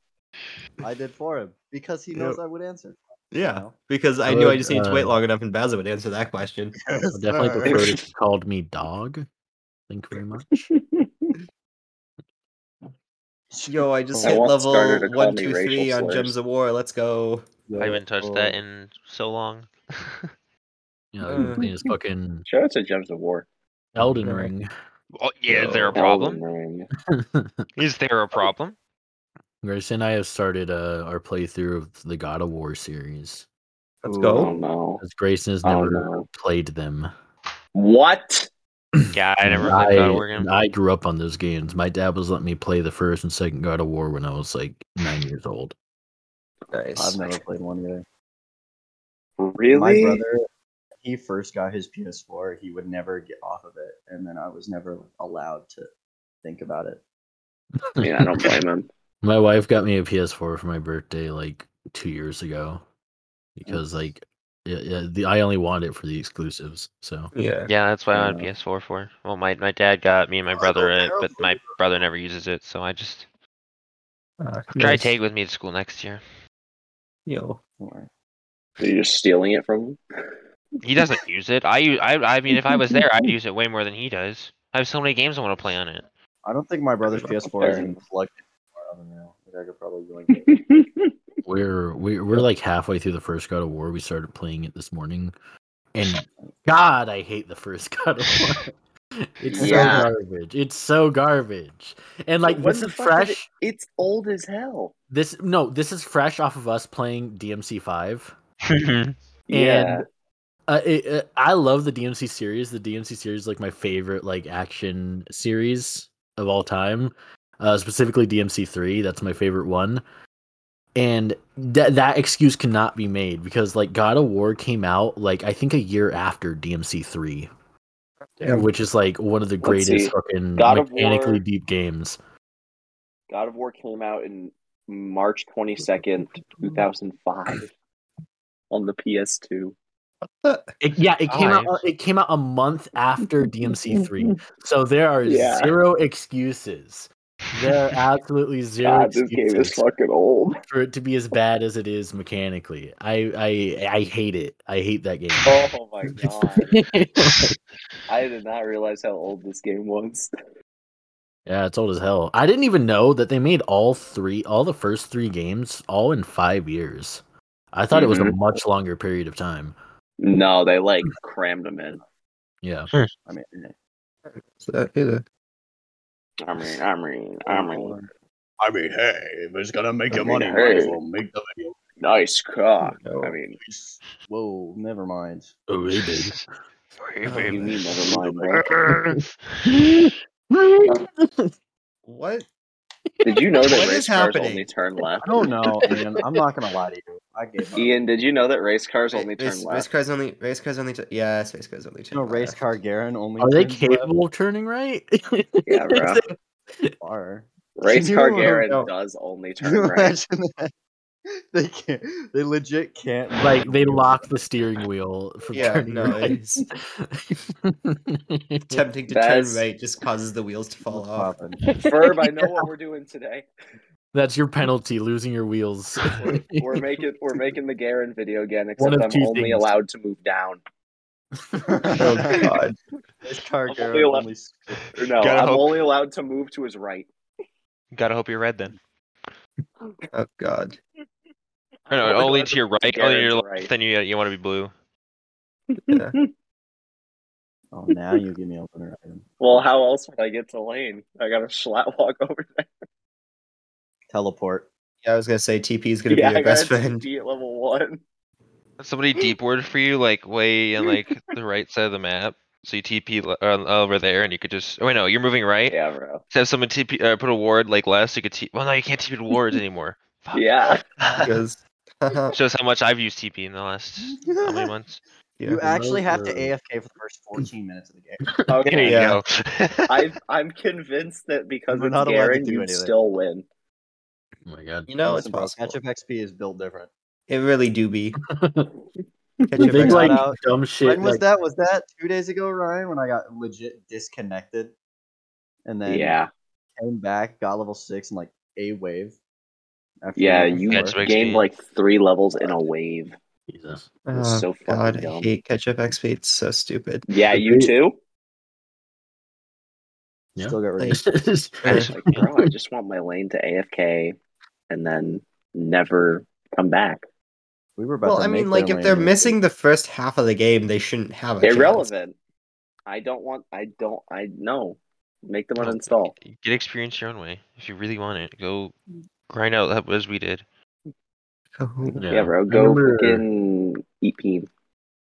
S4: I did for him because he knows I would answer.
S5: Yeah,
S4: No.
S5: because I
S3: I
S5: knew I
S3: would,
S5: just needed to wait
S3: uh,
S5: long enough, and Baza would answer that question.
S3: I would definitely prefer if you called me dog. Thank you very much.
S5: Yo, I just
S1: I
S5: hit
S1: want
S5: level
S1: Skarner to call
S5: one,
S1: me
S5: two,
S1: racial
S5: three on
S1: slurs.
S5: Gems of War. Let's go.
S2: I haven't touched that in so long.
S1: Uh,
S3: You know, I'm playing this fucking
S1: Shout out to Gems of War.
S3: Elden
S5: Yeah.
S3: Ring.
S2: Oh, yeah, is there a
S5: No.
S2: problem?
S1: Elden Ring.
S2: Is there a problem?
S3: Grace and I have started uh, our playthrough of the God of War series.
S5: Let's
S1: Oh
S4: Ooh.
S5: go.
S1: no!
S3: Because Grayson has
S1: Oh,
S3: never
S1: no.
S3: played them.
S1: What?
S2: Yeah, I never
S3: I,
S2: played God of War game.
S3: I grew up on those games. My dad was letting me play the first and second God of War when I was like nine years old.
S4: I've
S5: Nice.
S4: never played one either.
S1: Really?
S4: My brother, he first got his PS4. He would never get off of it, and then I was never allowed to think about it.
S1: I mean, I don't blame him.
S3: My wife got me a PS4 for my birthday like two years
S1: Mm.
S3: ago because like yeah, yeah, the, I only wanted it for the exclusives. So
S5: Yeah.
S2: Yeah, that's why I'm on
S1: Yeah.
S2: PS4 for. Well, my, my dad got me and my
S4: Oh,
S2: brother
S4: okay,
S2: it, but my brother never uses it, so I just
S5: Uh,
S2: try
S5: nice.
S2: to take it with me to school next year.
S5: Yo.
S4: Don't worry.
S1: You're just stealing it from him.
S2: He doesn't use it. I, u- I I mean, if I was there, I'd use it way more than he does. I have so many games I want to play on it.
S4: I don't think my brother's PS4 is
S1: Fair.
S4: even plugged in anymore other than now. Like, I could probably link it.
S3: we're we're, we're like halfway through the first God of War. We started playing it this morning, and God, I hate the first God of War. It's
S1: Yeah.
S3: so garbage. It's so garbage. And like
S1: When
S3: this
S1: the
S3: is
S1: fuck did
S3: fresh.
S1: it- it's old as hell.
S3: This no, this is fresh off of us playing DMC five.
S1: yeah.
S3: And uh, it, uh, I love the DMC series. The DMC series is like my favorite like action series of all time. Uh, specifically DMC three. That's my favorite one. And that that excuse cannot be made because like God of War came out like I think a year after DMC three,
S5: Yeah.
S3: which is like one of the
S1: Let's see.
S3: greatest fucking
S1: God of
S3: mechanically
S1: War-
S3: deep games.
S1: God of War came out in March 22nd, 2005 on the PS2.
S3: It, yeah, it came
S2: Five.
S3: out. It came out a month after DMC three, so there are
S1: Yeah.
S3: zero excuses. There are absolutely zero
S1: God, this game is
S3: excuses
S1: fucking old.
S3: for it to be as bad as it is mechanically. I I I hate it. I hate that game.
S1: Oh my god. I did not realize how old this game was.
S3: yeah, it's old as hell. I didn't even know that they made all three, all the first three games, all in five years. I thought it was a
S1: Mhm.
S3: much longer period of time.
S1: No, they like crammed them in.
S3: Yeah,
S4: I mean,
S1: I mean, I mean, I mean,
S6: I mean, hey, if it's gonna make
S1: I
S6: you
S1: mean,
S6: money, might as
S1: hey.
S6: well make the video.
S1: nice cock.
S5: No.
S1: I mean,
S4: whoa, never mind.
S3: oh, they did.
S1: what do Oh, you mean, never mind, bro?
S2: Never
S5: What?
S1: Did you know that
S5: What
S1: race
S5: is
S1: cars
S5: happening?
S1: only turn left?
S4: I don't know, Ian. I'm not gonna lie to you. I gave up.
S1: Ian, did you know that race cars only
S5: Ra-
S1: turn
S5: race, race
S1: left?
S5: cars only. Race cars only. T- yeah, race cars only.
S4: You know,
S5: turn
S4: race
S5: left.
S4: car Garen only.
S3: Are they
S4: turns
S3: capable of turning right?
S1: Yeah, bro.
S4: left far.
S1: Race
S4: You
S1: car
S4: don't
S1: Garen
S4: know.
S1: does only
S4: Can you
S1: turn right.
S4: imagine that? they can't. They legit can't.
S3: Like they lock the steering wheel from
S5: Yeah,
S3: turning
S5: no,
S3: right.
S5: it's- Attempting to
S1: That's- Oh,
S5: turn right just causes the wheels to fall off.
S4: Poppin'.
S1: Ferb, I know what we're doing today.
S3: That's your penalty, losing your wheels.
S1: We're, we're making we're making the Garen video again, except
S3: One of
S1: I'm
S3: two
S1: only
S3: things.
S1: allowed to move down.
S4: oh god. This car
S1: I'm
S4: girl
S1: only allowed-
S4: only s-
S1: Or no,
S2: Gotta
S1: I'm
S2: hope-
S1: only allowed to move to his right.
S2: Gotta hope you're red then.
S5: Oh god.
S2: Or no,
S1: Oh my
S2: only
S1: God,
S2: to your right.
S1: Garen's
S2: Only to your left.
S1: right.
S2: Then you you want to be blue.
S4: Oh, now you give me opener item.
S1: Well, how else would I get to lane? I gotta schlatt walk over there.
S4: Teleport.
S5: Yeah, I was gonna say TP is gonna be
S1: I
S5: your best
S1: gotta
S5: friend.
S1: TP at level one.
S2: Somebody deep word for you, like way in like the right side of the map. So you TP le- uh, over there, and you could just. Oh wait, no, you're moving right.
S1: Yeah, bro.
S2: So if someone TP uh, put a ward like left, so you could. T- well, no, you can't TP to wards anymore. Fuck.
S1: Yeah.
S5: Because
S2: Shows how much I've used TP in the last how many months.
S4: You actually have to
S3: Remote, uh,
S4: AFK for the first 14 minutes of the game.
S2: There
S1: Okay.
S2: you
S5: Yeah.
S2: go.
S1: I I'm convinced that because
S4: We're
S1: it's
S4: not allowed to
S1: Garen,
S4: do
S1: you
S4: anything.
S1: still win.
S3: Oh my god.
S5: you know it's
S4: Listen, bro,
S5: possible.
S4: Ketchup XP is built different.
S5: It really do be. Ketchup
S3: Big
S5: XP.
S3: like
S4: out.
S3: dumb shit.
S4: when was
S3: like-
S4: that? Was that two days ago, Ryan? When I got legit disconnected, and then
S1: Yeah.
S4: came back, got level six, and like a wave. After
S1: Yeah,
S4: level
S1: you
S4: four.
S2: That's right.
S1: gained like three levels in a wave.
S3: Jesus.
S1: It's
S5: Oh,
S1: so fucking
S5: god, I
S1: dumb.
S5: hate ketchup XP. It's so stupid.
S1: Yeah,
S3: But
S1: you
S3: they-
S1: too?
S3: Yeah.
S4: Still got
S5: Like,
S4: raised.
S5: Right.
S1: Like, bro, I just want my lane to AFK and then never come back.
S4: We were about
S5: well,
S4: to
S5: I mean,
S4: make
S5: like
S4: their
S5: if they're
S4: lane.
S5: missing the first half of the game, they shouldn't have
S3: Oh,
S5: a chance.
S1: Irrelevant. I don't want. I don't. I no. Make them
S2: No.
S1: uninstall.
S2: Get experience your own way if you really want it. Go grind out as we did.
S5: Oh,
S1: Yeah, bro.
S3: I
S1: Go
S3: remember
S1: freaking eat peen.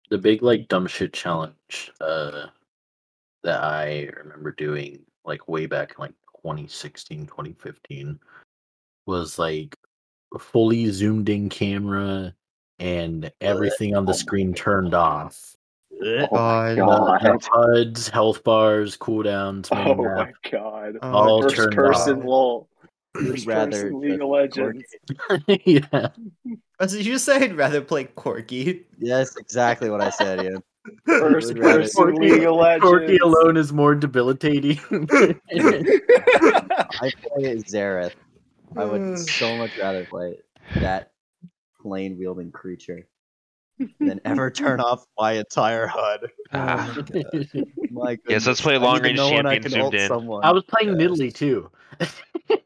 S3: the big like dumb shit challenge uh that I remember doing like way back in like 2016, 2015 was like a fully zoomed in camera and everything on the
S1: Oh my
S3: screen turned off.
S1: Oh my
S5: God.
S1: god.
S3: HUDs, health bars, cooldowns,
S1: Oh
S3: mini
S1: my
S3: map.
S1: god.
S5: Uh,
S3: All
S1: First
S3: turned
S1: person
S5: off.
S1: lol.
S4: You'd
S1: First
S4: rather
S1: person League
S4: just
S1: of Legends.
S3: yeah.
S5: Was it- you just say I'd rather play Corky?
S4: Yes, exactly what I said, Ian.
S1: First
S4: You'd rather-
S1: person
S3: Corky-
S1: League of
S3: Corky
S1: Legends.
S3: alone is more debilitating.
S4: I play Xerath. I would
S5: Mm.
S4: so much rather play that plane wielding creature than ever turn off my entire HUD.
S2: Ah.
S4: My
S2: Yes, let's play
S4: goodness, I
S2: long
S4: need to
S2: range
S4: know when I
S2: champion
S4: can
S2: zoomed
S4: ult
S2: in.
S4: Someone.
S3: I was playing Nidalee too.
S5: Oh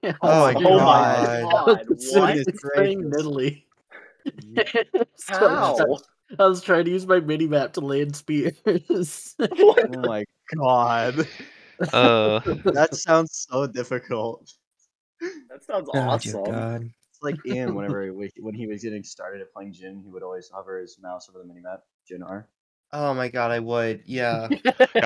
S1: oh
S5: my
S1: my
S5: God.
S1: god. What?
S3: I was
S4: Goodness
S3: playing
S4: gracious.
S3: Nidalee. So I
S1: How?
S3: was try- I was trying to use my mini map to land spears.
S1: What?
S4: Oh my god.
S2: Uh,
S4: That sounds so difficult.
S1: That sounds
S5: Oh, dear
S1: awesome.
S5: God.
S4: It's like Ian, whenever he- when he was getting started at playing Jin, he would always hover his mouse over the minimap. Jin R.
S5: Oh my god, I would. Yeah.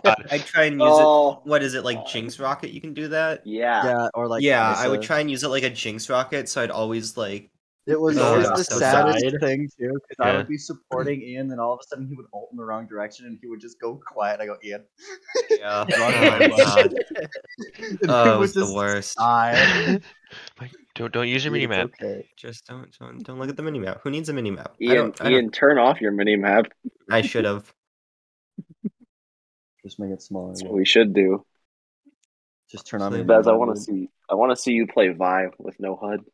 S2: God.
S5: I'd try and use
S1: Oh,
S5: it. What is it, like
S1: God.
S5: Jinx Rocket? You can do that?
S1: yeah.
S4: Yeah, or like
S5: yeah, I would
S4: Lysa.
S5: try and use it like a Jinx Rocket, so I'd always like.
S4: It was
S5: Oh,
S4: always
S5: yeah.
S4: the
S5: So
S4: saddest
S3: sad.
S4: thing too, because I
S2: Yeah.
S4: would be supporting Ian, and all of a sudden he would ult in the wrong direction, and he would just go quiet. I go, Ian.
S5: Yeah.
S4: Oh my
S5: God.
S4: And he
S5: Oh, it
S4: would
S5: was the
S4: just
S5: worst.
S4: sigh.
S2: Like, don't don't use your mini
S4: It's
S2: map.
S4: Okay.
S5: Just don't, don't don't look at the minimap. Who needs a minimap? I
S1: Ian,
S5: don't- I,
S1: Ian, turn off your mini map.
S5: should have.
S4: Just make it smaller.
S1: That's what we should do.
S4: Just turn on me.
S5: Please.
S1: Bez, I want to see. I want to see you play Vi with no HUD.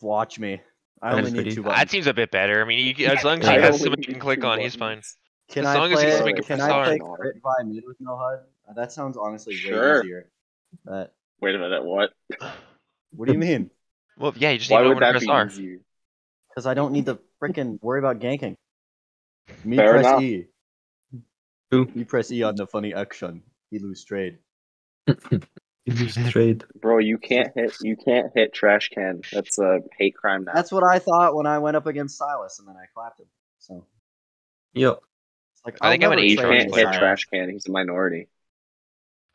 S4: Watch me. I
S5: That
S4: only
S5: is
S4: need
S5: pretty-
S4: two
S2: That
S4: buttons.
S2: seems a bit better. I mean, you, as long as
S1: I
S2: he
S1: only
S2: has something
S1: need
S2: you can click
S1: two
S2: on, he's fine.
S1: buttons.
S4: Can
S2: as
S4: I
S2: long as
S4: play?
S2: he
S1: can
S4: it-
S1: make a
S4: can
S2: bizarre-
S4: I play crit by mid with no HUD? Uh, That sounds honestly way
S1: Sure.
S4: easier. Uh,
S1: Wait a minute, what?
S4: what do you mean?
S2: Well, yeah, you just
S1: Why
S2: need to know
S1: would
S2: when to
S1: that
S2: press
S1: be
S2: R.
S1: easier?
S4: Because I don't need to freaking worry about ganking. Me
S1: Fair
S4: press
S1: enough.
S4: E.
S5: Who?
S4: You press E on the funny action. Illustrate.
S5: Trade.
S1: Bro, you can't hit. You can't hit trash can. That's a hate crime now.
S4: That's what I thought when I went up against Silas, and then I clapped him. So
S5: Yep.
S4: it's like
S2: I
S4: I'll
S2: think I'm an E
S4: never
S1: you
S2: Asian
S4: trade
S1: can't
S2: player.
S1: hit
S4: Silas.
S1: trash can. He's a minority.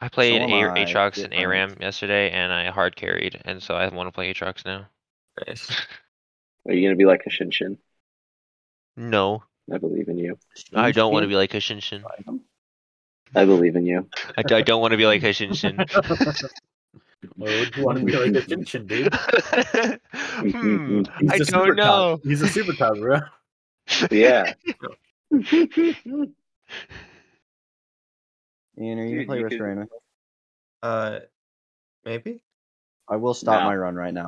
S2: I played
S4: So am
S2: a-
S4: I.
S2: Aatrox and
S4: Different.
S2: ARAM yesterday, and I hard carried, and so I want to play Aatrox now.
S5: Nice.
S1: Are you gonna be like a Shin Shin?
S2: No,
S1: I believe in you.
S2: I don't want to be like a Shinshin.
S1: I believe in you.
S2: I, I don't want to be like a Shinshin.
S3: mode. You want him to like distinction, dude.
S2: hmm,
S3: He's
S2: I
S3: a
S2: don't
S3: supercop.
S2: know.
S3: He's a super cop, bro.
S1: Yeah.
S4: Ian, are you
S1: Dude,
S4: gonna play
S1: you
S4: Risk
S1: could-
S4: Arena?
S5: Uh, maybe.
S4: I will stop
S1: No.
S4: my run right now.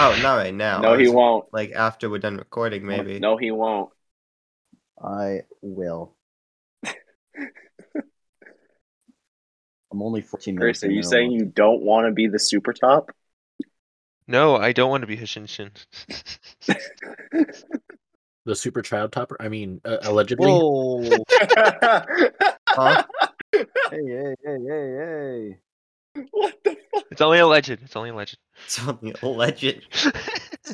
S5: Oh, not right now.
S1: No,
S5: I
S1: he
S5: was-
S1: won't.
S5: Like after we're done recording, maybe.
S1: No, he won't.
S4: I will. I'm only 14 minutes.
S1: Chris, are
S4: in,
S1: you
S4: I don't
S1: saying
S4: want-
S1: you don't want to be the super top?
S2: No, I don't want to be Hishinshin.
S3: The super child topper. I mean, uh, allegedly.
S5: Whoa! Huh?
S4: Hey, hey, hey, hey, hey!
S1: what the fuck?
S2: it's only a legend. It's only a legend.
S5: It's only a legend.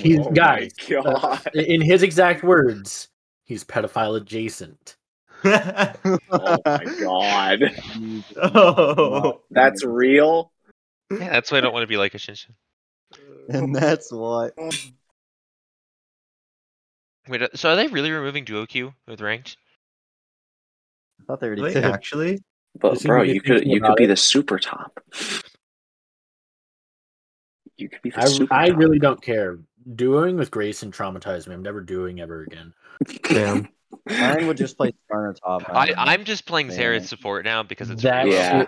S3: He's
S1: Oh my
S3: guys.
S1: God.
S3: in his exact words, he's pedophile adjacent.
S1: oh my god.
S5: oh.
S1: That's real?
S2: Yeah, that's why I don't want to be like Hishinshin.
S4: and that's what.
S2: Wait, uh, so are they really removing Duokyu with ranked?
S4: I thought they already
S5: Wait,
S4: did.
S5: actually,
S1: But
S3: Does he
S1: bro,
S3: need to
S1: you
S3: think
S1: could you
S3: about
S1: could be
S3: it?
S1: the super top. You could be the
S3: I,
S1: super
S3: I
S1: top.
S3: really don't care. Duoing with Grayson traumatized me. I'm never doing ever again.
S5: damn.
S4: Mine would just play Skarner top.
S2: I,
S4: don't know.
S2: I'm just playing
S4: Yeah.
S2: Xerath support now because it's
S3: That's
S2: free.
S1: Yeah.
S3: yeah.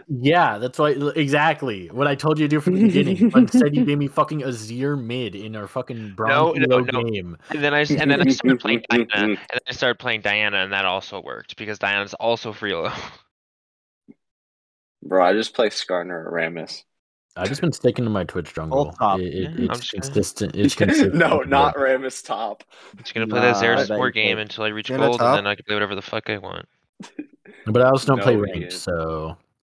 S3: yeah, that's why exactly what I told you to do from the beginning. but instead, you gave me fucking Azir mid in our fucking
S2: No,
S3: bronze
S2: no,
S3: elo
S2: no.
S3: game.
S2: And then I s- and then I started playing Diana, and then I started playing Diana, and that also worked because Diana's also free low.
S1: Bro, I just play Skarner or Ramus.
S3: I've just been sticking to my Twitch jungle.
S4: top.
S3: It, it,
S2: Yeah, I'm
S3: it's
S2: just gonna-
S3: consistent. It's consistent.
S1: no, not Ramus top.
S2: I'm just gonna play that
S4: Nah, I
S2: Xerath
S4: bet
S2: support
S4: you
S2: game
S4: play
S2: until I reach
S5: Diana
S2: gold,
S5: top?
S2: and then I can play whatever the fuck I want.
S3: But I also don't
S1: No,
S3: play
S1: we
S3: ranked,
S1: did.
S3: so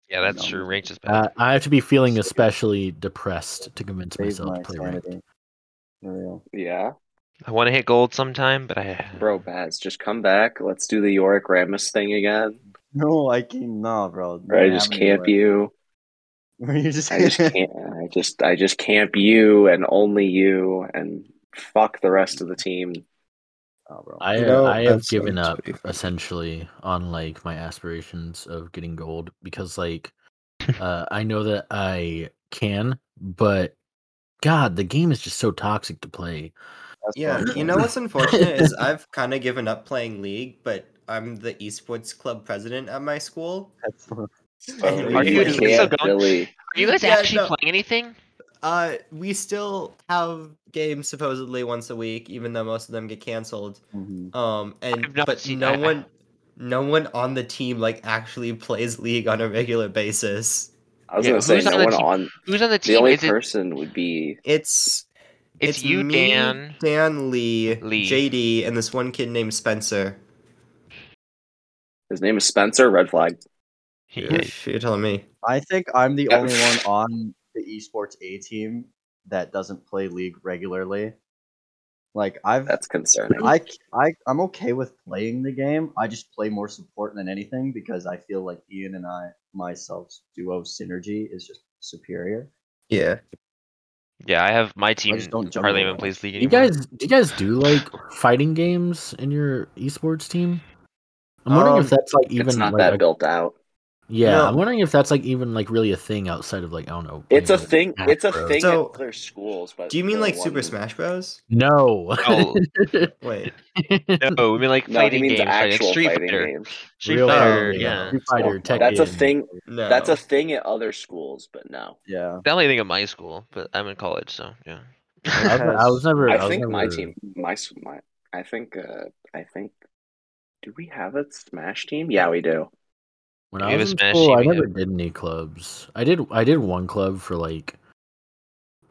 S2: Yeah, that's
S4: No.
S2: true. Ranked is bad.
S3: uh, I have to be feeling especially depressed to convince
S4: Save
S3: myself
S4: my
S3: to play ranked.
S4: sanity. For real.
S1: Yeah.
S2: I want to hit gold sometime, but I
S1: Bro, Baz, just come back. Let's do the Yorick Ramus thing again.
S4: No, I can't. No, bro.
S1: Or I just camp you.
S4: You just
S1: I just can't I just I just camp you and only you and fuck the rest of the team.
S4: Oh, bro.
S3: I
S5: You know,
S3: I have
S5: that's
S3: given up
S5: actually fair.
S3: essentially on like my aspirations of getting gold because like uh, I know that I can, but God, the game is just so toxic to play.
S4: That's
S5: Yeah,
S4: fucked
S5: you
S4: up.
S5: know what's unfortunate is I've kind of given up playing League, but I'm the esports club president at my school.
S4: That's fucked.
S1: So
S5: Are you-
S1: you
S5: is this
S1: can't
S2: still going?
S1: really
S2: are you guys
S5: Yeah,
S2: actually
S5: no.
S2: playing anything?
S5: Uh, we still have games supposedly once a week, even though most of them get canceled.
S4: Mhm.
S5: Um, and
S2: I've not
S5: but
S2: seen-
S5: no
S2: I- I-
S5: one, no one on the team like actually plays League on a regular basis.
S1: I was
S2: Yeah,
S1: gonna say
S2: who's on
S1: no
S2: the
S1: one
S2: team?
S1: on
S2: Who's on the
S1: the
S2: team?
S1: only
S2: Is it,
S1: person would be
S5: It's
S2: it's you,
S5: me,
S2: Dan.
S5: Dan Lee,
S2: Lee.
S5: JD, and this one kid named Spencer.
S1: his name is Spencer, red flag.
S2: Yeah,
S5: You're telling me.
S4: I think I'm the
S1: Yeah.
S4: only one on the esports A team that doesn't play League regularly. Like I've
S1: That's concerning.
S4: I, I I'm okay with playing the game. I just play more support than anything because I feel like Ian and I myself's duo synergy is just superior.
S5: Yeah.
S2: yeah. I have my team
S4: just don't jump
S2: hardly
S4: over
S2: even
S4: it.
S2: plays League
S3: You
S2: anymore.
S3: guys, do you guys do like fighting games in your esports team? I'm wondering if
S5: Um,
S3: that's like even
S1: it's not
S3: like
S1: that
S3: a-
S1: built out.
S3: yeah.
S5: No.
S3: I'm wondering if that's like even like really a thing outside of like I don't know.
S1: It's a
S3: playing, like,
S1: thing.
S3: Smash
S1: It's a
S3: Bros.
S1: thing
S5: So,
S1: at other schools. But
S5: Do you mean
S1: the
S5: like
S1: one-
S5: Super Smash Bros?
S3: No.
S2: Oh.
S5: Wait.
S2: No, we mean like
S1: No, he
S2: fighting
S1: means
S2: games, like,
S1: actual
S2: like Street
S1: fighting
S2: Fighter.
S1: games.
S2: Street
S3: Real
S2: Fighter,
S5: fighting
S2: yeah.
S3: Street Fighter.
S4: That's a
S1: That's a
S3: Tekken.
S1: thing.
S5: No.
S1: That's a thing at other schools, but no.
S4: Yeah.
S2: Not anything at my school, but I'm in college, so yeah.
S3: I was, I was never.
S1: I
S3: was
S1: think my
S3: never-
S1: team, my s- my, I think, uh, I think. Do we have a Smash team? Yeah, we do.
S3: When
S2: We
S3: I
S2: have a
S3: was in
S2: Smash
S3: school, I
S2: TV,
S3: never
S2: yeah.
S3: did any clubs. I did. I did one club for like,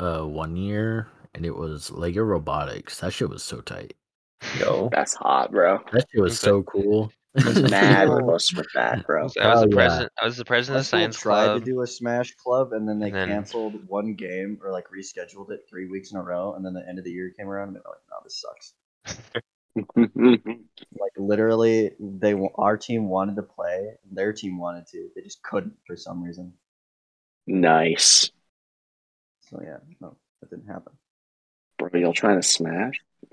S3: uh, one year, and it was Lego Robotics. That shit was so tight.
S5: No.
S1: That's hot, bro.
S3: That shit was
S2: Okay.
S3: so cool.
S1: There's mad
S4: Cool.
S1: puss with that, bro.
S2: So I was
S3: Oh,
S2: the
S3: yeah.
S2: president. I was the president
S4: My
S2: of the
S4: school
S2: science
S4: tried
S2: club.
S4: to do a Smash Club and then they
S2: and then-
S4: canceled one game or like rescheduled it three weeks in a row, and then the end of the year came around and they're like, "No, this sucks." Like literally, they wa- our team wanted to play, their team wanted to, they just couldn't for some reason.
S1: nice,
S4: So yeah, no, that didn't happen.
S1: bro. Y'all trying to smash?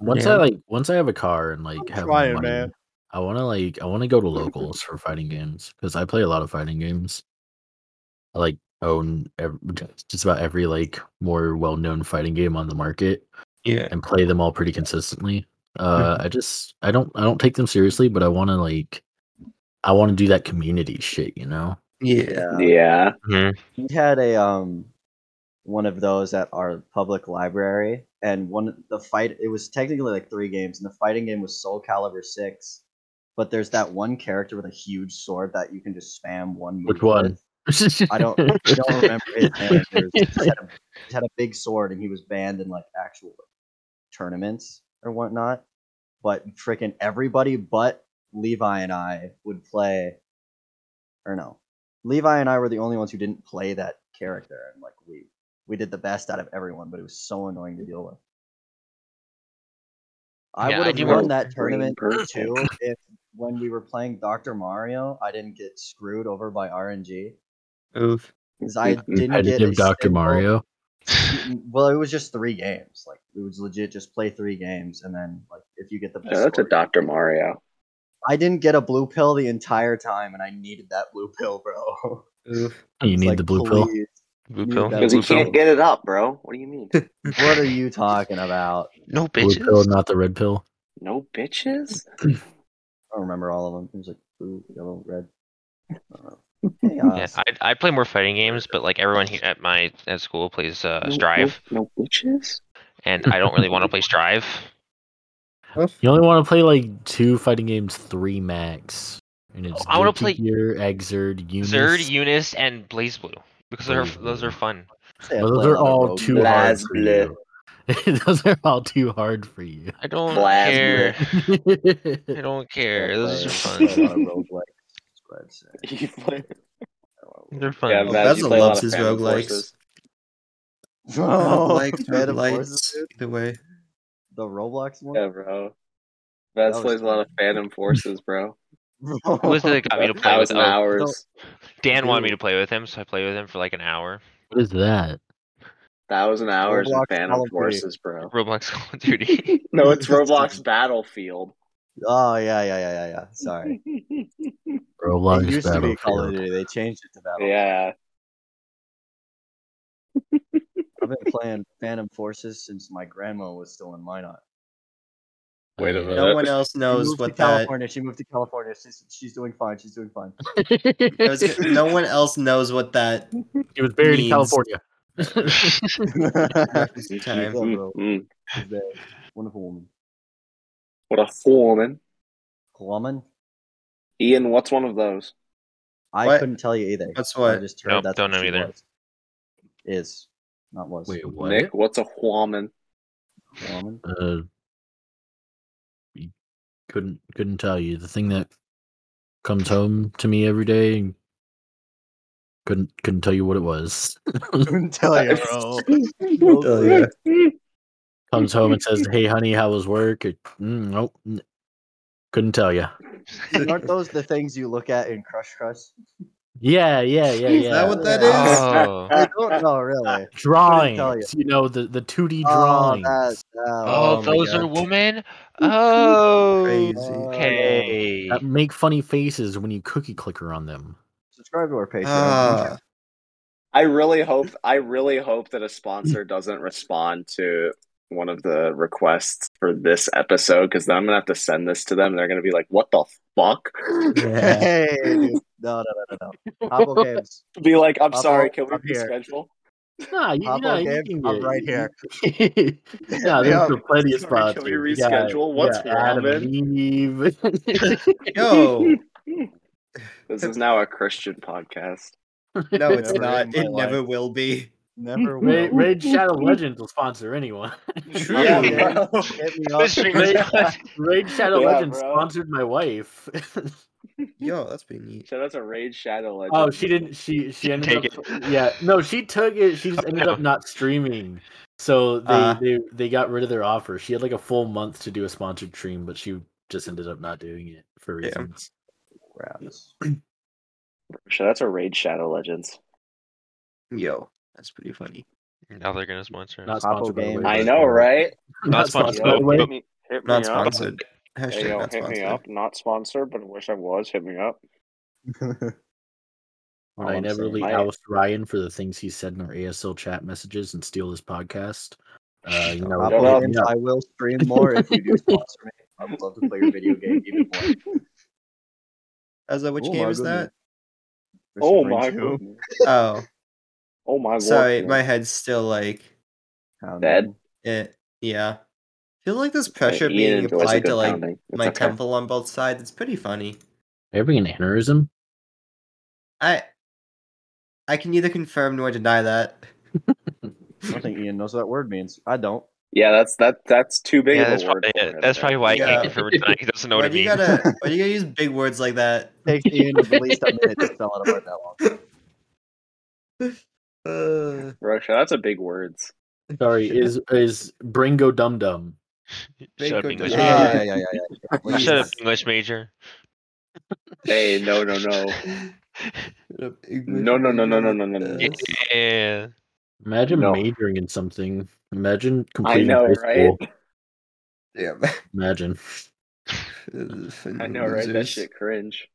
S3: Once
S5: Yeah.
S3: I like, once I have a car and like have
S4: trying,
S3: money,
S4: man.
S3: I want to like, I want to go to locals for fighting games because I play a lot of fighting games. I like own ev- just about every like more well-known fighting game on the market
S5: Yeah.
S3: and play them all pretty consistently. Uh, I just I don't I don't take them seriously, but I want to like I want to do that community shit, you know.
S5: Yeah.
S1: Yeah.
S4: we had a um one of those at our public library and one the fight it was technically like three games and the fighting game was soul calibur 6 but there's that one character with a huge sword that you can just spam one move
S3: Which one?
S4: with. i don't I don't remember his name It was- he just had, a, he had a big sword and he was banned in like actual tournaments or whatnot but freaking everybody but levi and i would play or no Levi and I were the only ones who didn't play that character, and like we we did the best out of everyone, but it was so annoying to deal with. I
S2: Yeah, I
S4: would
S2: do
S4: have won
S1: remember
S4: that
S1: green
S4: tournament
S1: person.
S4: too if when we were playing Doctor Mario, I didn't get screwed over by RNG
S5: Oof.
S4: because I
S1: Mhm.
S4: didn't
S3: I
S4: get
S3: did give
S4: a
S3: Doctor
S4: single-
S3: Mario.
S4: Well, it was just three games. Like it was legit, just play three games, and then like if you get the best,
S1: Shout out to
S4: score, you-
S1: Dr. Mario.
S4: I didn't get a blue pill the entire time, and I needed that blue pill, bro.
S5: Oof.
S3: You
S4: It's
S3: need
S4: like,
S3: the blue pill.
S4: please.
S2: Blue
S4: Need
S2: pill.
S4: that
S1: Because he
S2: Blue pill.
S1: can't get it up, bro. What do you mean?
S4: What are you talking about?
S2: No
S3: Blue
S2: bitches.
S3: pill, not the red pill.
S1: No bitches?
S4: I don't remember all of them. It was like blue, yellow, red. Uh, chaos.
S2: Yeah, I I play more fighting games, but like everyone here at my at school plays uh,
S1: No-
S2: Strive,
S1: No, no bitches?
S2: and I don't really want to play Strive.
S5: Oof.
S3: You only want to play like two fighting games, three max. And it's
S2: I wanna play-
S3: Gear, Exerd, Unis.
S2: Zerd, Eunice, and BlazBlue because they're, those are fun.
S4: Say I
S3: Well, those
S4: play a
S3: are
S4: lot of
S3: all
S4: rogue
S3: too
S4: light.
S3: hard
S1: Blaz
S3: for you. those are all too hard for you.
S2: I don't
S1: Blaz
S2: care. I
S3: I
S2: don't care. Those are
S4: I
S2: fun.
S4: play a lot of rogue light. That's what I'd say.
S1: You play-
S4: I don't know.
S2: They're fun.
S1: Yeah, Maz,
S5: Oh,
S1: you
S5: Basil
S1: play a lot
S5: loves
S1: of
S5: his
S1: Phantom
S5: roguelikes.
S1: Forces.
S5: Roguelikes,
S4: Oh, Phantom
S5: roguelikes,
S4: Forces, dude.
S5: Either way.
S4: The Roblox one?
S1: Yeah, bro. Maz
S4: That was
S1: plays a lot
S4: fun.
S1: of Phantom Forces, bro.
S2: Who was it that got me to play with?
S1: Thousand
S2: Oh,
S1: hours.
S2: Dan wanted me to play with him, so I played with him for like an hour.
S3: What is that?
S1: Thousand hours in
S4: Roblox Call
S1: Phantom
S4: of Duty.
S1: Forces, bro.
S2: Roblox Call of Duty.
S1: No, it's Roblox Battlefield.
S4: Oh, yeah, yeah, yeah, yeah, yeah. Sorry.
S3: Roblox
S4: it used to be Call of
S3: Battlefield.
S4: Duty. They changed it to Battle.
S1: Yeah.
S4: I've been playing Phantom Forces since my grandma was still in Minot.
S1: Wait a minute.
S5: No one else
S4: She
S5: knows
S4: moved
S5: what
S4: to
S5: that.
S4: California. She moved to California. She's, she's doing fine. She's doing fine.
S5: I was gonna- no one else knows what that.
S3: He was buried in
S5: means-
S3: California.
S5: reference time.
S1: Mm,
S4: Yeah, bro.
S1: Mm-mm.
S4: She's a Wonderful woman.
S1: What a fool, man.
S4: Woman?
S1: Ian, what's one of those?
S4: I
S5: What?
S4: couldn't tell you either.
S5: That's
S4: I
S5: what.
S4: just heard
S2: Nope,
S4: that's
S2: don't
S4: what
S2: know
S4: she
S2: either.
S4: was. Is. Not was.
S3: Wait, what?
S1: Nick, what's a woman?
S4: Woman?
S3: Uh, you couldn't couldn't tell you the thing that comes home to me every day. and Couldn't couldn't tell you what it was.
S4: couldn't tell you, bro. No
S5: Tell
S4: clue.
S5: ya.
S1: Mm.
S3: comes home and says, "Hey, honey, how was work?" It, mm, nope, n- couldn't tell you.
S4: Aren't those the things you look at in Crush Crush?
S3: Yeah, yeah, yeah,
S5: Is
S3: yeah.
S5: that what that is?
S2: Oh,
S4: I don't know, really.
S3: drawings,
S4: tell ya.
S3: you. know, the the two D
S4: Oh,
S3: drawings.
S4: that's,
S2: oh,
S5: my
S2: those
S5: God.
S2: are women. Oh,
S5: Crazy.
S2: okay.
S3: that make funny faces when you cookie clicker on them.
S4: Subscribe to our Patreon.
S5: Ah,
S1: I really hope I really hope that a sponsor doesn't respond to one of the requests for this episode because then I'm gonna have to send this to them and they're gonna be like, "What the fuck?"
S5: yeah.
S4: Hey, dude. No, no, no, no, no. Apple Games.
S1: Be like, "I'm
S4: I'll-
S1: sorry, can we
S4: I'm here.
S1: reschedule?"
S3: Nah, you,
S4: Pablo
S3: nah, you
S4: Gabe,
S3: can
S4: I'm
S3: get-
S4: right here.
S3: yeah, there's still plenty of
S1: Sorry, can
S3: spots.
S1: we
S3: You got-
S1: reschedule?
S3: you
S1: What's
S3: got Adam
S1: ramen?
S3: Eve.
S5: Yo,
S1: This is now a Christian podcast.
S5: no, it's
S4: Never
S5: not.
S4: in my
S5: It never will be.
S4: Never
S3: Ra-
S4: will.
S3: Raid Shadow Legends will sponsor anyone.
S5: True.
S4: Yeah, Hit me up.
S2: This stream is
S3: Raid Shadow
S1: Yeah,
S3: Legends
S1: bro.
S3: sponsored my wife.
S5: Yo, that's pretty neat.
S1: So that's a Raid Shadow Legend.
S3: oh, she didn't. She she
S2: Didn't
S3: ended
S2: take
S3: up. Yeah, no, she took it. She just ended up not streaming, so they,
S2: Uh-huh.
S5: Ah.
S3: they they got rid of their offer. She had like a full month to do a sponsored stream, but she just ended up not doing it for
S5: Yeah.
S3: reasons.
S4: Rounds.
S1: So that's a Raid Shadow Legends.
S5: Yo, that's pretty funny.
S2: Now they're gonna sponsor.
S3: Not
S2: Us.
S4: Pablo
S3: sponsored. by the
S4: Game.
S3: way,
S1: I
S3: but-
S1: know, right?
S2: Not
S1: Yo,
S2: sponsored,
S3: by the way.
S1: hit me, hit me
S5: Not
S1: up.
S5: sponsored.
S1: Hey,
S5: Hashtag
S1: yo,
S5: not
S1: hit me
S5: sponsored.
S1: up. Not sponsored, but wish I was. Hit me up.
S3: Would
S1: All
S3: I
S1: I'm saying-
S3: inevitably
S1: my-
S3: oust Ryan for the things he said in our ASL chat messages and steal his podcast? Uh, you know,
S4: Rob
S1: don't
S3: hit
S1: know.
S3: me
S4: Williams,
S3: up.
S4: I will stream more if you do sponsor me. I would love to play your video game even more.
S5: Ezra, which
S4: Oh,
S5: game
S4: my
S5: is that?
S1: Oh
S4: Christopher
S1: my
S4: Reeve.
S1: goodness.
S5: Oh,
S1: Oh my
S5: sorry,
S1: lord.
S5: my head's still like
S4: Pound
S1: Dead.
S4: in.
S5: it. Yeah, feel like there's pressure
S1: Ian
S5: being
S1: enjoys a
S5: applied
S1: good
S5: to like
S1: pounding. It's
S5: my
S1: okay.
S5: temple on both sides. It's pretty funny.
S3: Having an aneurysm?
S5: I I can neither confirm nor deny that.
S4: I don't think Ian knows what that word means. I don't.
S1: Yeah, that's that. That's too big
S2: Yeah,
S1: of
S2: that's
S1: a word.
S2: probably
S1: for
S2: it.
S1: him.
S2: That's probably why I
S5: Yeah.
S2: can't confirm or deny. He doesn't know
S5: Why
S2: what I
S5: do you
S2: mean.
S5: gotta why do you gotta use big words like that?
S4: Takes Ian at least a minute to spell it about that long.
S5: Uh,
S1: Roshan, that's a big words.
S3: Sorry, is is Bringo Dum Dum?
S5: Big
S2: Shut up,
S5: good
S2: English
S5: God.
S2: major.
S4: Yeah, yeah, yeah, yeah. yeah.
S5: Ah,
S2: Shut up,
S5: Jesus.
S2: English major.
S1: Hey, no, no, no, no, no, no, no, no, no, no, no.
S5: Yes.
S2: Yeah.
S3: Imagine
S1: No.
S3: majoring in something. Imagine
S1: I
S3: completing
S1: know,
S3: high
S1: right?
S3: school. Imagine.
S5: Damn.
S1: I know, right? That shit cringe.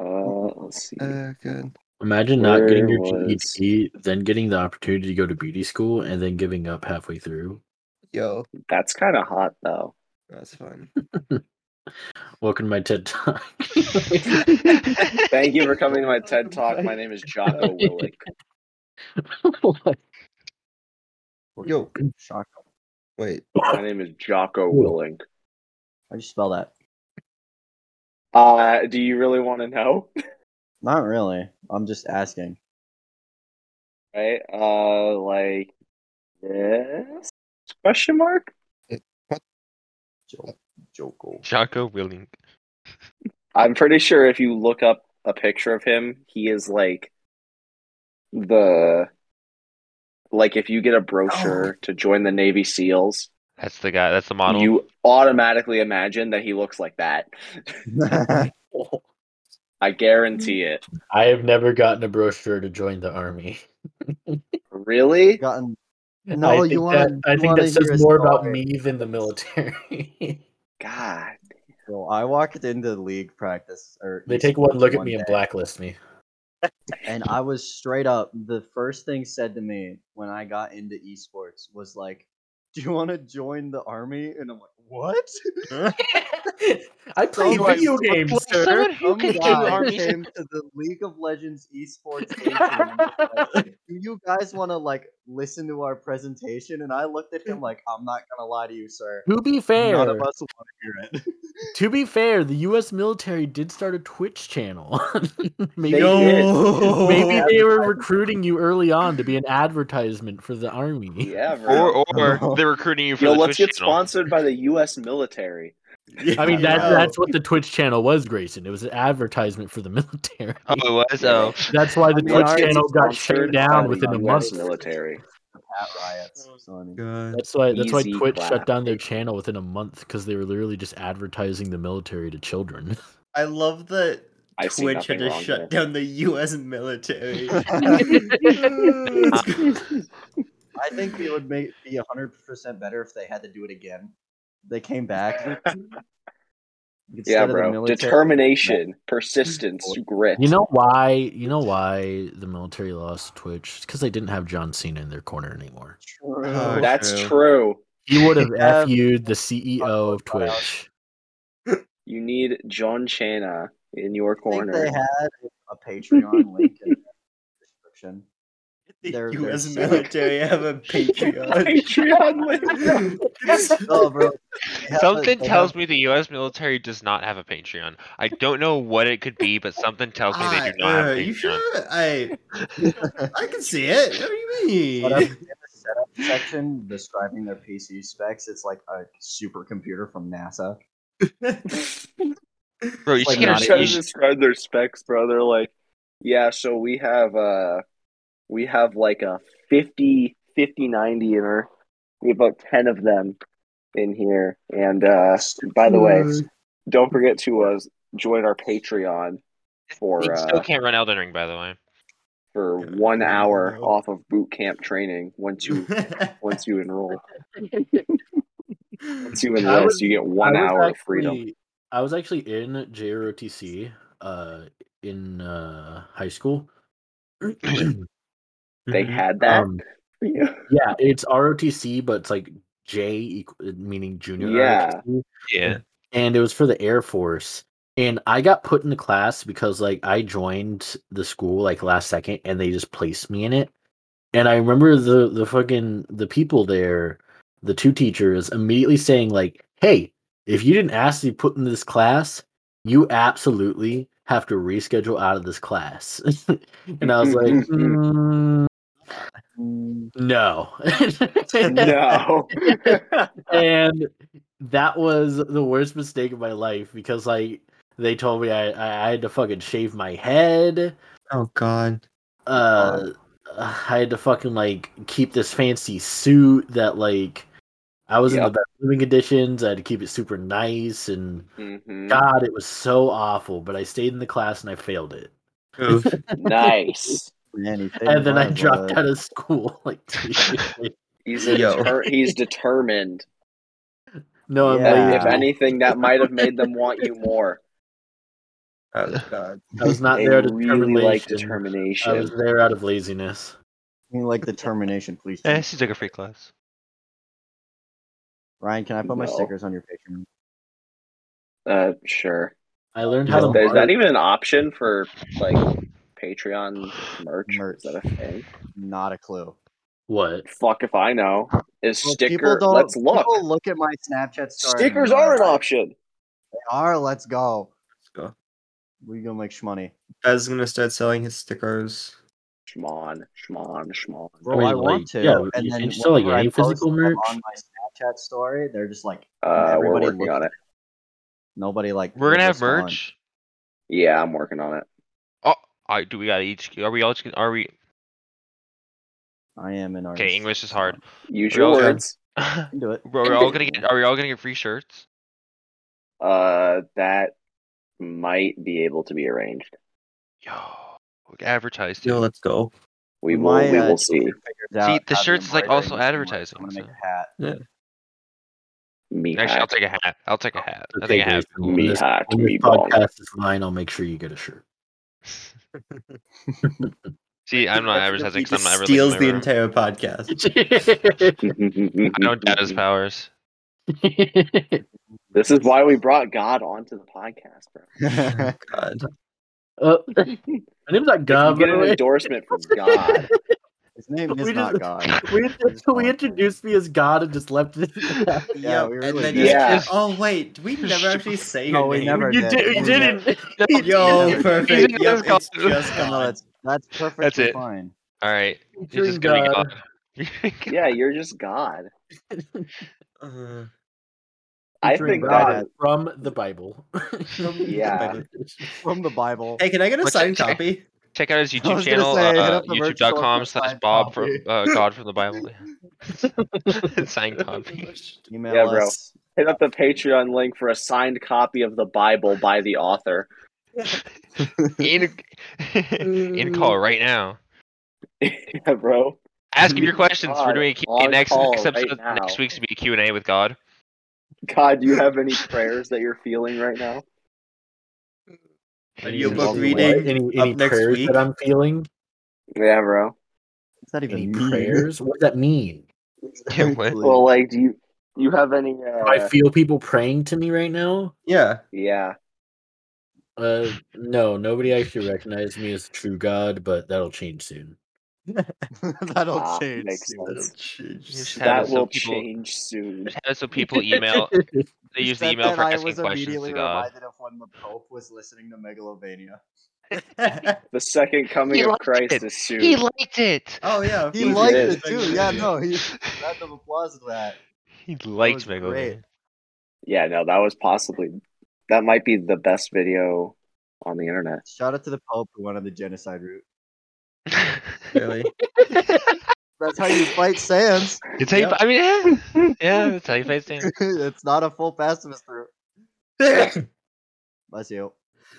S1: Uh, let's see.
S5: Uh, good.
S3: Imagine not getting your
S1: Where was-
S3: GED, then getting the opportunity to go to beauty school, and then giving up halfway through.
S5: Yo,
S1: That's kind of hot, though.
S5: that's fun.
S3: Welcome to my TED Talk.
S1: Thank you for coming to my TED Talk. My name is Jocko Willick.
S5: Yo,
S4: Shock.
S5: wait.
S1: My name is Jocko Willing.
S4: How do you spell that?
S1: Uh, do you really want to know?
S4: Not really. I'm just asking.
S1: Right? Uh, like yes? Question mark?
S4: Joke. Joke.
S2: Jocko Willing.
S1: I'm pretty sure if you look up a picture of him, he is like the like if you get a
S3: Oh.
S1: brochure to join the Navy SEALs,
S2: That's the guy. That's the model.
S1: you automatically imagine that he looks like that. I guarantee it.
S3: I have never gotten a brochure to join the army.
S1: Really?
S4: Gotten.
S3: I
S4: No,
S3: think
S4: you want.
S3: that, I think that says more about me than the military.
S1: God.
S4: Bro, I walked into league practice, or
S3: they
S4: East
S3: take one look at
S4: one
S3: me and
S4: day.
S3: blacklist me.
S4: and I was straight up. The first thing said to me when I got into esports was like, "Do you want to join the army?" And I'm like, "What?"
S3: I play
S4: So I
S3: video
S4: look
S3: games,
S2: like
S3: sir.
S2: someone who
S4: Some
S2: can do
S4: guy
S2: army.
S4: came to the League of Legends esports A team and was like, Do you guys want to like listen to our presentation? And I looked at him like, I'm not gonna lie to you, sir.
S3: To be
S4: None
S3: fair,
S4: of us want to hear it.
S3: to be fair, the U.S. military did start a Twitch channel. maybe,
S1: They did. Oh,
S3: maybe they were recruiting you early on to be an advertisement for the army.
S1: Yeah, bro.
S2: Or or they're recruiting you for
S1: Yo,
S2: the
S1: let's
S2: Twitch
S1: get
S2: channel.
S1: sponsored by the US military.
S3: I mean, that,
S5: Yeah.
S3: that's what the Twitch channel was, Grayson. It was an advertisement for the military.
S1: Uh,
S2: Oh, it was. Oh,
S3: That's why the
S4: I mean,
S3: Twitch
S4: ours is
S3: channel got shut
S1: Sponsored by
S3: down
S1: the
S3: within a
S1: US
S3: month.
S1: military.
S4: Pat riots. So, I mean,
S5: God.
S3: That's why that's why
S1: Easy
S3: Twitch
S1: clap.
S3: shut down their channel within a month because they were literally just advertising the military to children.
S5: I love that
S1: I see
S5: Twitch
S1: nothing
S5: had to
S1: wrong
S5: shut
S1: there.
S5: down the U.S. military.
S4: I think it would make be hundred percent better if they had to do it again. They came back. Instead
S1: Yeah,
S4: of the
S1: bro.
S4: military-
S1: Determination, persistence, grit.
S3: You know why? You know why the military lost Twitch? It's because they didn't have John Cena in their corner anymore.
S5: Oh,
S1: that's
S5: true.
S1: true.
S3: He would have
S4: Yeah.
S3: FU'd the CEO of
S4: Fuck, fuck, fuck.
S3: Twitch.
S1: You need John Chana in your
S4: I think
S1: corner.
S4: they had a Patreon link in the description. They're-
S5: the
S4: they're
S5: U.S.
S4: sick.
S5: military have a Patreon.
S1: Patreon link.
S4: No, Oh, bro.
S2: something tells me the U.S. military does not have a Patreon. I don't know what it could be, but something tells me they do not have
S5: Ah,
S2: a
S5: uh, you
S2: Patreon.
S5: sure? I I can see it. What do you
S4: But up in
S5: mean?
S4: the setup section describing their PC specs, it's like a supercomputer from NASA.
S2: Bro, you
S4: It's like
S2: should get
S4: not
S2: a-
S1: trying
S2: you
S4: a-
S1: to
S2: should-
S1: describe their specs, bro. They're like, yeah, so we have uh we have like a 50 5090 in her. We have about 10 of them in here. And uh by the way, don't forget to uh join our Patreon for
S2: you still
S1: uh,
S2: can't run Elden Ring, by the way.
S1: for 1 hour
S5: No.
S1: off of boot camp training once you once you enroll. Once you
S3: I
S1: enlist,
S3: was-
S1: you get one
S3: I was
S4: Mm-hmm.
S1: hour of freedom.
S3: actually- I was actually in JROTC uh in uh high school.
S2: Mm-hmm.
S1: They had that.
S3: Um,
S1: yeah.
S3: yeah, it's ROTC, but it's like J equal, meaning junior.
S1: Yeah.
S3: ROTC,
S2: Yeah.
S3: and it was for the Air Force. And I got put in the class because like I joined the school like last second, and they just placed me in it. And I remember the the fucking the people there, the two teachers immediately saying like, "Hey, if you didn't ask to be put in this class, you absolutely have to reschedule out of this class." and I was like, "Mm, "No,
S1: No.
S3: and that was the worst mistake of my life because like they told me I, I, I had to fucking shave my head.
S5: Oh God.
S3: Uh,
S1: Oh.
S3: I had to fucking like keep this fancy suit that like I was in the
S1: Yep.
S3: best living conditions. I had to keep it super nice and
S1: Mhm.
S3: God, it was so awful. But I stayed in the class and I failed it.
S5: Oof.
S1: Nice. Oh
S3: and then I dropped
S4: uh,
S3: out of school like two years later.
S1: He's a
S5: Yo.
S1: deter- he's determined.
S3: No, I'm
S4: Yeah.
S1: And
S3: lazy.
S1: If anything, that might have made them want you more.
S5: Oh God.
S3: I was not
S1: They
S3: there to
S1: really like
S3: I was
S1: determination.
S3: there out of laziness.
S4: like the termination, please.
S2: Eh,
S4: Jim.
S2: she took a free class.
S4: Ryan, can I put my
S1: No.
S4: stickers on your picture?
S1: Uh, sure.
S3: I learned how to.
S1: Is
S3: mark-
S1: that even an option for like Patreon merch?
S4: Merch.
S1: Is that a thing?
S4: Not a clue.
S3: What?
S1: Fuck if I know. Is
S4: Well,
S1: sticker? Let's look.
S4: People look at my Snapchat story. and
S1: Stickers
S4: they're
S1: are an
S4: like,
S1: option.
S4: They are. Let's go.
S5: Let's go.
S4: We gonna make shmoney.
S5: Bez is gonna start selling his stickers.
S1: Schmon, schmon, schmon.
S4: Bro, I,
S3: mean, like,
S4: want to.
S3: yeah,
S4: and
S3: you
S4: then
S3: can sell, like,
S4: whenever I
S3: any
S4: post
S3: physical
S4: them
S3: merch.
S4: on my Snapchat story, they're just like
S1: Uh, we're
S4: Everybody
S1: working
S4: looks-
S1: on it.
S4: nobody like.
S2: We're gonna have
S4: was this on.
S2: merch.
S1: Yeah, I'm working on it.
S2: Oh, I do. We got each. Are we all? just gonna- Are we?
S4: I am an artist.
S2: Okay, English is hard.
S1: Use
S2: We're
S1: your
S2: all good.
S1: words.
S2: Bro,
S4: I can do it.
S2: we're all gonna get. Are we all gonna get free shirts?
S1: Uh, that might be able to be arranged.
S2: Yo, we can advertise.
S5: Yo,
S2: dude.
S5: let's go.
S1: We will.
S4: My,
S1: we
S4: uh,
S1: will see.
S4: teacher figures out
S2: the
S4: how to
S2: shirt's, like,
S4: embroider
S2: also
S4: into some merch.
S2: advertising,
S4: I'm gonna make
S2: so-
S4: a hat.
S1: Me
S2: Actually, I'll
S1: hack.
S2: take a hat. I'll take a hat. I think a hat.
S3: Jason, when
S1: Me
S3: this-
S1: hack.
S3: when
S1: Me
S3: this
S1: bomb.
S3: podcast is mine, I'll make sure you get a shirt.
S2: See, I'm not
S5: That's gonna
S2: advertising
S5: be
S2: because I'm
S5: just
S2: not really.
S5: steals the
S2: entire.
S5: entire podcast.
S2: I don't doubt his powers.
S1: This is why we brought God onto the podcast, bro.
S5: Oh, God.
S3: Uh, my name's not
S1: You
S3: God, by
S1: get
S3: the
S1: an
S3: way.
S1: endorsement from God.
S4: His name
S3: We
S4: is
S3: just-
S4: not God.
S3: We,
S4: Just
S3: we
S4: wanted-
S3: introduced me as God and just left it.
S4: Yeah, we
S5: and
S4: really
S5: then
S1: did.
S5: just-
S1: Yeah.
S5: Oh wait, did we never actually say your
S4: No, we
S5: name?
S4: never
S3: you
S4: did.
S3: did, you
S4: Yeah.
S3: didn't.
S5: Yo, perfect.
S2: He's
S5: Yep,
S2: just
S5: it's
S2: gone.
S5: just
S4: No,
S5: gone.
S4: that's that's perfectly
S2: That's it.
S4: fine.
S2: All right, you're
S3: Featuring
S2: just gonna
S3: God.
S2: get off.
S1: Yeah, you're just God.
S5: Uh,
S1: I
S3: Featuring
S1: think
S3: God
S1: that is
S3: from the Bible.
S1: Yeah.
S4: From the Bible.
S5: hey, can I get a
S2: Let's
S5: signed
S2: check-
S5: copy?
S2: Check out his
S4: I
S2: YouTube
S4: was gonna
S2: channel,
S4: say, hit
S2: uh,
S4: up the merch store
S2: youtube.com
S4: for
S2: slash
S4: signed
S2: Bob from
S4: copy.
S2: uh, God from the Bible. Sign copy.
S4: Email
S1: Yeah, bro.
S4: us.
S1: hit up the Patreon link for a signed copy of the Bible by the author.
S2: In
S1: Mm.
S2: in call right now.
S1: yeah, bro.
S2: Ask him your questions. We're
S1: God,
S2: doing a Q-
S1: on
S2: next
S1: call
S2: next episode.
S1: right now.
S2: next week's gonna be a Q and A with God.
S1: God, do you have any prayers that you're feeling right now?
S5: Are you
S1: book
S5: book
S1: what?
S5: reading
S3: any,
S5: up
S3: any
S5: next
S3: prayers
S5: week?
S3: that I'm feeling?
S1: Yeah, bro.
S4: What's that even
S3: Any
S4: mean?
S3: prayers? What does that mean?
S2: Yeah, what?
S1: Well, like, do you do you have any?
S3: Do I
S1: Uh,
S3: feel people praying to me right now?
S5: Yeah.
S1: yeah,
S3: Uh, no, nobody actually recognized me as the true God, but that'll change soon.
S4: That'll
S1: Ah,
S4: change.
S1: makes
S4: soon.
S1: sense.
S2: Just have it
S1: that
S2: so
S1: will
S2: people-
S1: change soon.
S2: So people email. They use the
S4: Said
S2: email
S4: that
S2: for
S4: I
S2: asking
S4: was
S2: questions
S4: immediately
S2: to God.
S4: reminded of when the Pope was listening to Megalovania.
S1: The second coming
S2: He
S1: of
S2: liked
S1: Christ
S2: it.
S1: is soon.
S2: He liked it.
S5: Oh yeah.
S4: He
S1: He
S4: liked
S1: did.
S4: it too. Yeah, no, he round of applause for that.
S2: He liked
S4: was
S2: Megalovania.
S4: great.
S1: yeah, no, that was possibly that might be the best video on the internet.
S4: Shout out to the Pope who went on the genocide route.
S5: Really.
S4: That's how you fight Sans.
S2: It's how you,
S5: Yep.
S2: I mean, yeah, yeah, that's how you fight Satan.
S4: it's not a full pacifist route. Bless you.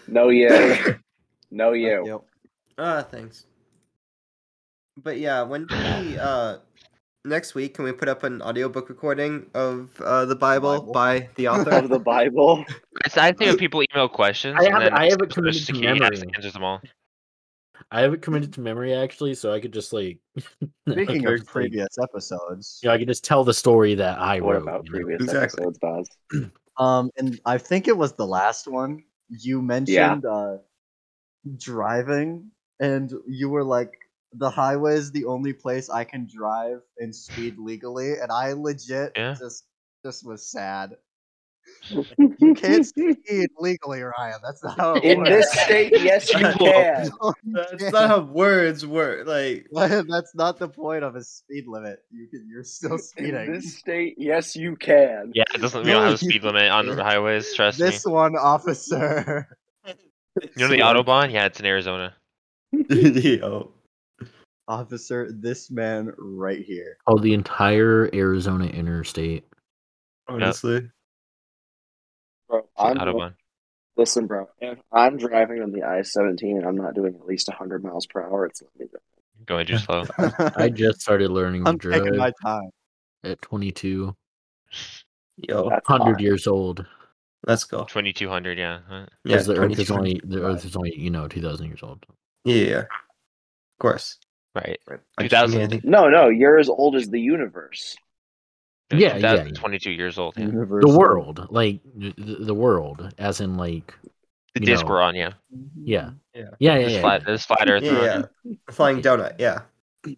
S1: No, you, no,
S4: Bless
S1: you.
S5: Ah, thanks. But yeah, when do we uh next week can we put up an audiobook recording of uh the Bible,
S4: Bible?
S5: by the author?
S1: of the Bible.
S2: It's I think when people email questions.
S7: I
S2: and
S7: have-
S2: then
S7: I have it
S2: Social
S7: committed to
S2: Security has
S7: memory.
S2: answers them all.
S7: I have it committed to memory actually, so I could just like
S4: Speaking
S7: I could
S4: of
S7: just, like,
S4: previous episodes,
S7: you know, I could just tell the story that I
S1: What
S7: wrote.
S1: about
S7: you know?
S1: previous
S5: Exactly.
S1: episodes, Baz?
S4: um, and I think it was the last one you mentioned uh, driving, and you were like, "The highway is the only place I can drive and speed legally," and I legit
S2: Yeah.
S4: just just was sad. You can't speed legally, Ryan. That's not how it
S1: In
S4: works.
S1: this state, yes, you
S5: People-
S1: can.
S5: That's not how words work. Like
S4: That's not the point of a speed limit. You can, you're still
S1: In
S4: speeding.
S1: this state, yes, you can.
S2: Yeah, it doesn't. We
S4: No,
S2: don't have
S4: you-
S2: a speed limit on the highways. Trust
S4: this one, officer.
S2: me. You know the autobahn? Yeah, it's in Arizona.
S5: yo.
S4: Officer, this man right here.
S3: Oh, the entire Arizona interstate.
S5: Honestly.
S1: Bro,
S2: It's
S1: I'm
S2: an autobahn.
S1: listen, bro. If I'm driving on the I-17 and I'm not doing at least 100 miles per hour, it's let me go.
S2: Going too slow.
S3: I
S4: I
S3: just started learning to
S4: am
S3: drive
S4: taking my time.
S3: at 22,
S5: Yo.
S1: That's
S3: 100
S1: fine.
S3: years old.
S5: Let's go.
S2: Twenty two hundred. Yeah. uh, huh?
S5: Yeah,
S3: Because the Earth is
S5: 22.
S3: only the Earth is only you know 2,000 years old.
S5: Yeah, yeah, yeah. Of course.
S2: Right.
S5: Like,
S2: 2000.
S5: humanity.
S1: No, no, you're as old as the universe.
S3: Yeah, yeah, yeah.
S2: Twenty two years old. Yeah.
S3: The world, like the, the world, as in like
S2: The
S3: You
S2: disc
S3: know,
S2: we're on. Yeah.
S3: yeah,
S5: Yeah.
S3: yeah, yeah.
S2: This
S3: yeah,
S2: flat. This flat Earth.
S5: Yeah,
S2: we're on.
S5: yeah. Flying donut. Yeah.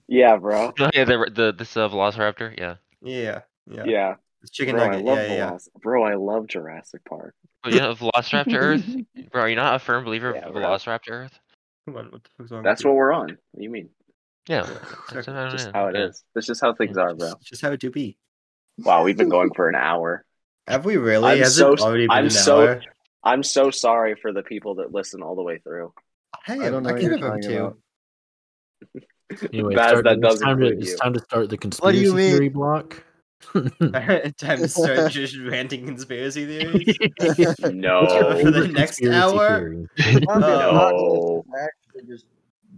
S1: Yeah, bro.
S2: Oh, yeah, the the this uh, Velociraptor. Yeah.
S5: Yeah. Yeah.
S1: Yeah,
S5: Chicken
S1: bro. I
S5: nugget.
S1: love
S5: Yeah, yeah, yeah.
S1: Veloc- Bro, I love Jurassic Park.
S2: But you know, Velociraptor Earth, bro. Are you not a firm believer
S1: Yeah,
S2: of
S1: bro.
S2: Velociraptor Earth?
S5: Come on, what the fuck's wrong
S1: That's
S5: with
S1: what
S5: you?
S1: we're on. What do you mean?
S2: Yeah.
S5: Exactly.
S2: what I
S5: Just
S2: mean,
S1: How it
S2: yeah.
S1: is. That's just how things are, bro.
S5: Just, just how it do be.
S1: Wow, we've been going for an hour.
S5: Have we really?
S1: I'm
S5: Has
S1: so-
S5: it already been
S1: I'm
S5: an
S1: so-
S5: hour?
S1: I'm so sorry for the people that listen all the way through.
S5: Hey,
S4: I don't know
S5: I
S4: what
S5: give
S4: you're
S5: them
S4: talking
S5: two.
S4: about.
S3: Anyway,
S1: Baz,
S3: start-
S1: that
S3: it's
S1: does
S3: time to,
S1: include
S3: it's
S1: you.
S3: time to start the
S4: What do
S3: conspiracy
S4: you mean?
S3: theory block.
S5: Time to start just ranting conspiracy theories.
S1: No.
S5: For the next
S3: Conspiracy
S5: hour?
S3: theory.
S4: I'm just-
S5: No.
S4: I'm just-
S1: No.
S4: actually just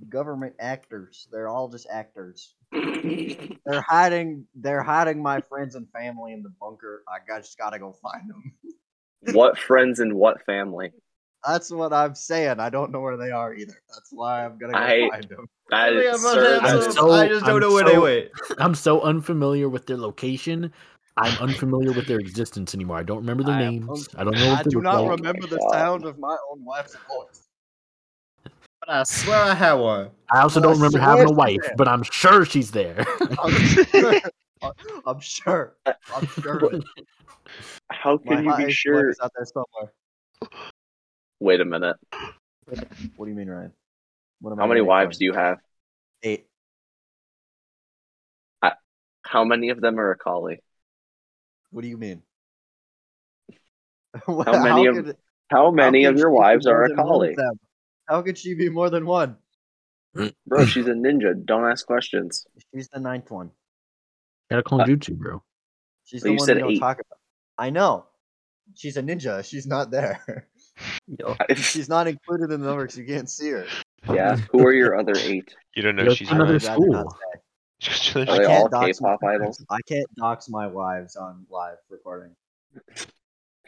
S4: government actors. They're all just actors. They're hiding. They're hiding my friends and family in the bunker. I got, just gotta go find them.
S1: what friends and what family?
S4: That's what I'm saying. I don't know where they are either. That's why I'm gonna go
S1: I-
S4: find them.
S1: That
S5: Yeah,
S1: is
S5: but
S1: sir,
S5: that's
S1: that
S3: I'm
S5: what-
S1: is-
S3: so-
S5: I just don't
S3: I'm
S5: know where they
S3: so-
S5: went.
S3: I'm so unfamiliar with their location. I'm unfamiliar with their existence anymore. I don't remember their
S4: I am
S3: names. I don't know. What
S4: I
S3: they
S4: do
S3: look
S4: not
S3: like.
S4: remember the
S1: God.
S4: sound of my own wife's voice.
S5: But I swear I had one.
S3: I also
S4: Oh,
S3: don't remember
S4: shit,
S3: having a
S4: where's
S3: wife,
S4: that?
S3: but I'm sure she's there.
S4: I'm sure. I'm sure. I'm sure. of it.
S1: How
S4: My
S1: can you be
S4: ex-wife
S1: sure?
S4: is out there somewhere.
S1: Wait a minute.
S4: What do you mean, Ryan? What am
S1: How many wives do you have?
S4: Eight.
S1: How many of them are a collie?
S4: What do you mean?
S1: How many of-
S4: could-
S1: How
S4: how
S1: many
S4: could
S1: of your
S4: she be
S1: wives
S4: more
S1: are a
S4: than one of
S1: collie?
S4: them? How could she be more than one?
S1: Bro, she's a ninja. Don't ask questions.
S4: She's the ninth one.
S3: Gotta call Jutsu, bro.
S4: She's
S1: But
S4: the
S1: you
S4: one
S1: said
S4: we don't
S1: eight.
S4: talk about. I know. She's a ninja. She's not there. She's not included in the number because you can't see her.
S1: yeah. Who are your other eight?
S2: You don't know
S3: That's
S2: she's
S3: another
S2: another.
S4: I'd rather not
S3: school.
S4: say.
S1: Are they
S4: I
S1: all
S4: can't dox
S1: K-pop
S4: my-
S1: idols?
S4: I can't dox my wives on live recording.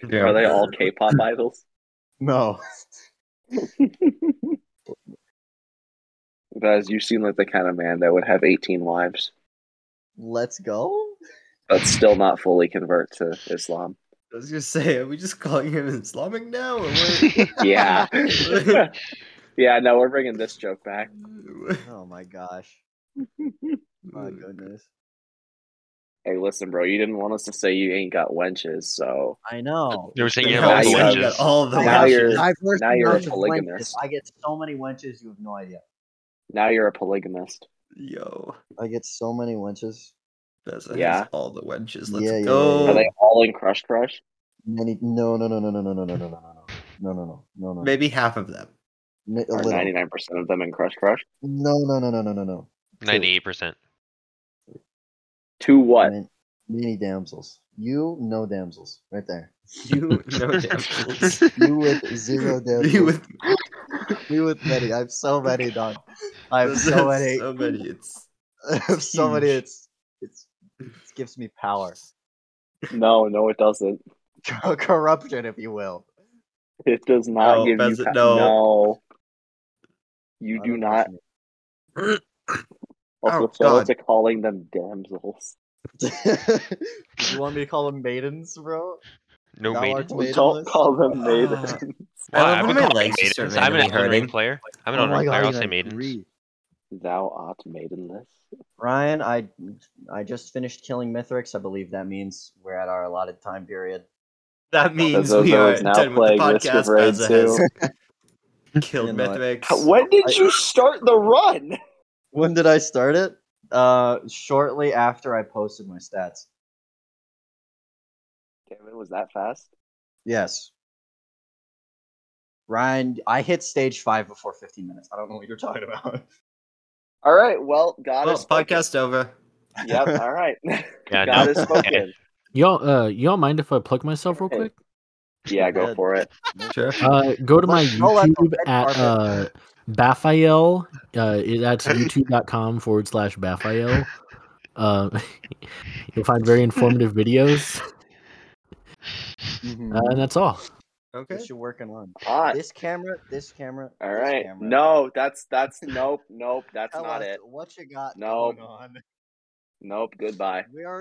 S5: Yeah.
S1: Are they all K-pop idols?
S4: No.
S1: Guys, you seem like the kind of man that would have 18 wives,
S4: Let's go.
S1: but still not fully convert to Islam.
S5: I was gonna say, are we just calling him Islamic now? Or
S1: Yeah. yeah, no, we're bringing this joke back.
S5: what?
S4: Oh my gosh. My goodness.
S1: Hey, listen, bro, you didn't want us to say you ain't got wenches, so
S4: I know.
S2: They were saying you
S5: Now
S2: have all the
S1: you
S5: got
S2: wenches.
S5: all the
S1: Now
S5: wenches.
S1: you're-
S4: Diverse
S1: now you're a
S4: amounts of wenches.
S1: polygamist.
S4: I get so many wenches, you have no idea.
S1: now you're a polygamist.
S5: Yo,
S4: I get so many wenches.
S5: Beza
S1: Yeah.
S5: has all the wenches. Let's
S4: Yeah, yeah,
S5: go.
S1: Are they all in Crush Crush?
S4: Many. No, no, no, no, no, no, no, no, no, no, no, no, no, no, no, no.
S5: Maybe half of them.
S4: Ma- a
S1: Are
S4: little.
S1: 99% of them in Crush Crush?
S4: No, no, no, no, no, no, no.
S2: Ninety eight percent.
S1: To what?
S4: Man- many damsels. You, no damsels, right there.
S5: You no damsels.
S4: You with zero damsels.
S5: You with
S4: You with many. I have so many, dog. I have
S5: That's
S4: so many.
S5: So many. It's
S4: I have so many.
S5: huge.
S4: It's it's it gives me power,
S1: No, no, it doesn't.
S4: corruption, if you will.
S1: It does not
S5: No,
S1: give you
S5: Bezza-
S1: pa-
S5: no.
S1: no. You
S4: I
S1: do
S4: don't
S1: not.
S4: question
S1: Also,
S5: Oh,
S1: shout out
S5: God.
S1: to calling them damsels.
S4: it. you want me to call them maidens, bro?
S2: No
S4: Thou
S2: maiden.
S4: art Maidenless?
S1: Don't call them
S5: Ah.
S1: maidens.
S5: I love
S2: I would
S5: when my
S2: call them
S5: legs just
S2: maidens.
S5: start
S2: I'm an
S5: randomly
S2: unranked
S5: hurting.
S2: player. I'm an
S4: Oh my
S2: unranked player.
S4: God,
S2: I'll
S4: you
S2: say
S4: don't
S2: maidens.
S4: breathe.
S1: Thou art maidenless.
S4: Ryan, I I just finished killing Mithrix. I believe that means we're at our allotted time period.
S5: That means
S1: Bezzo
S5: we
S1: Bezzo
S5: are
S1: is now
S5: done with the
S1: playing Risk of
S5: podcast.
S1: Raid
S5: Bezza
S4: 2.
S5: has killed
S4: You know
S5: Mythics.
S1: When did
S4: I-
S1: you start the run?
S4: When did I start it? Uh, shortly after I posted my stats.
S1: Damn it, was that fast?
S4: Yes. Ryan, I hit stage five before 15 minutes. I don't know what you're talking about.
S1: All right, well, God
S5: Well,
S1: is spoken.
S5: podcast over.
S1: Yep, all right.
S2: Yeah,
S1: God
S2: no.
S1: is spoken.
S3: Y'all, uh, y'all mind if I plug myself real
S1: Hey.
S3: quick?
S1: Yeah, go for it.
S5: Sure.
S3: Uh, go to my
S4: Let's roll out the
S3: YouTube
S4: red
S3: at uh,
S4: carpet.
S3: Baphael. Uh, it- that's youtube.com forward slash Baphael. Uh, you'll find very informative videos, uh, and that's all.
S5: Okay.
S4: What you working on?
S1: Hot.
S4: This camera, this camera.
S1: All
S4: this
S1: right.
S4: camera.
S1: No, that's that's nope, nope, that's
S4: Tell
S1: not
S4: us
S1: it.
S4: What you got
S1: Nope.
S4: going on?
S1: Nope, goodbye.
S4: We are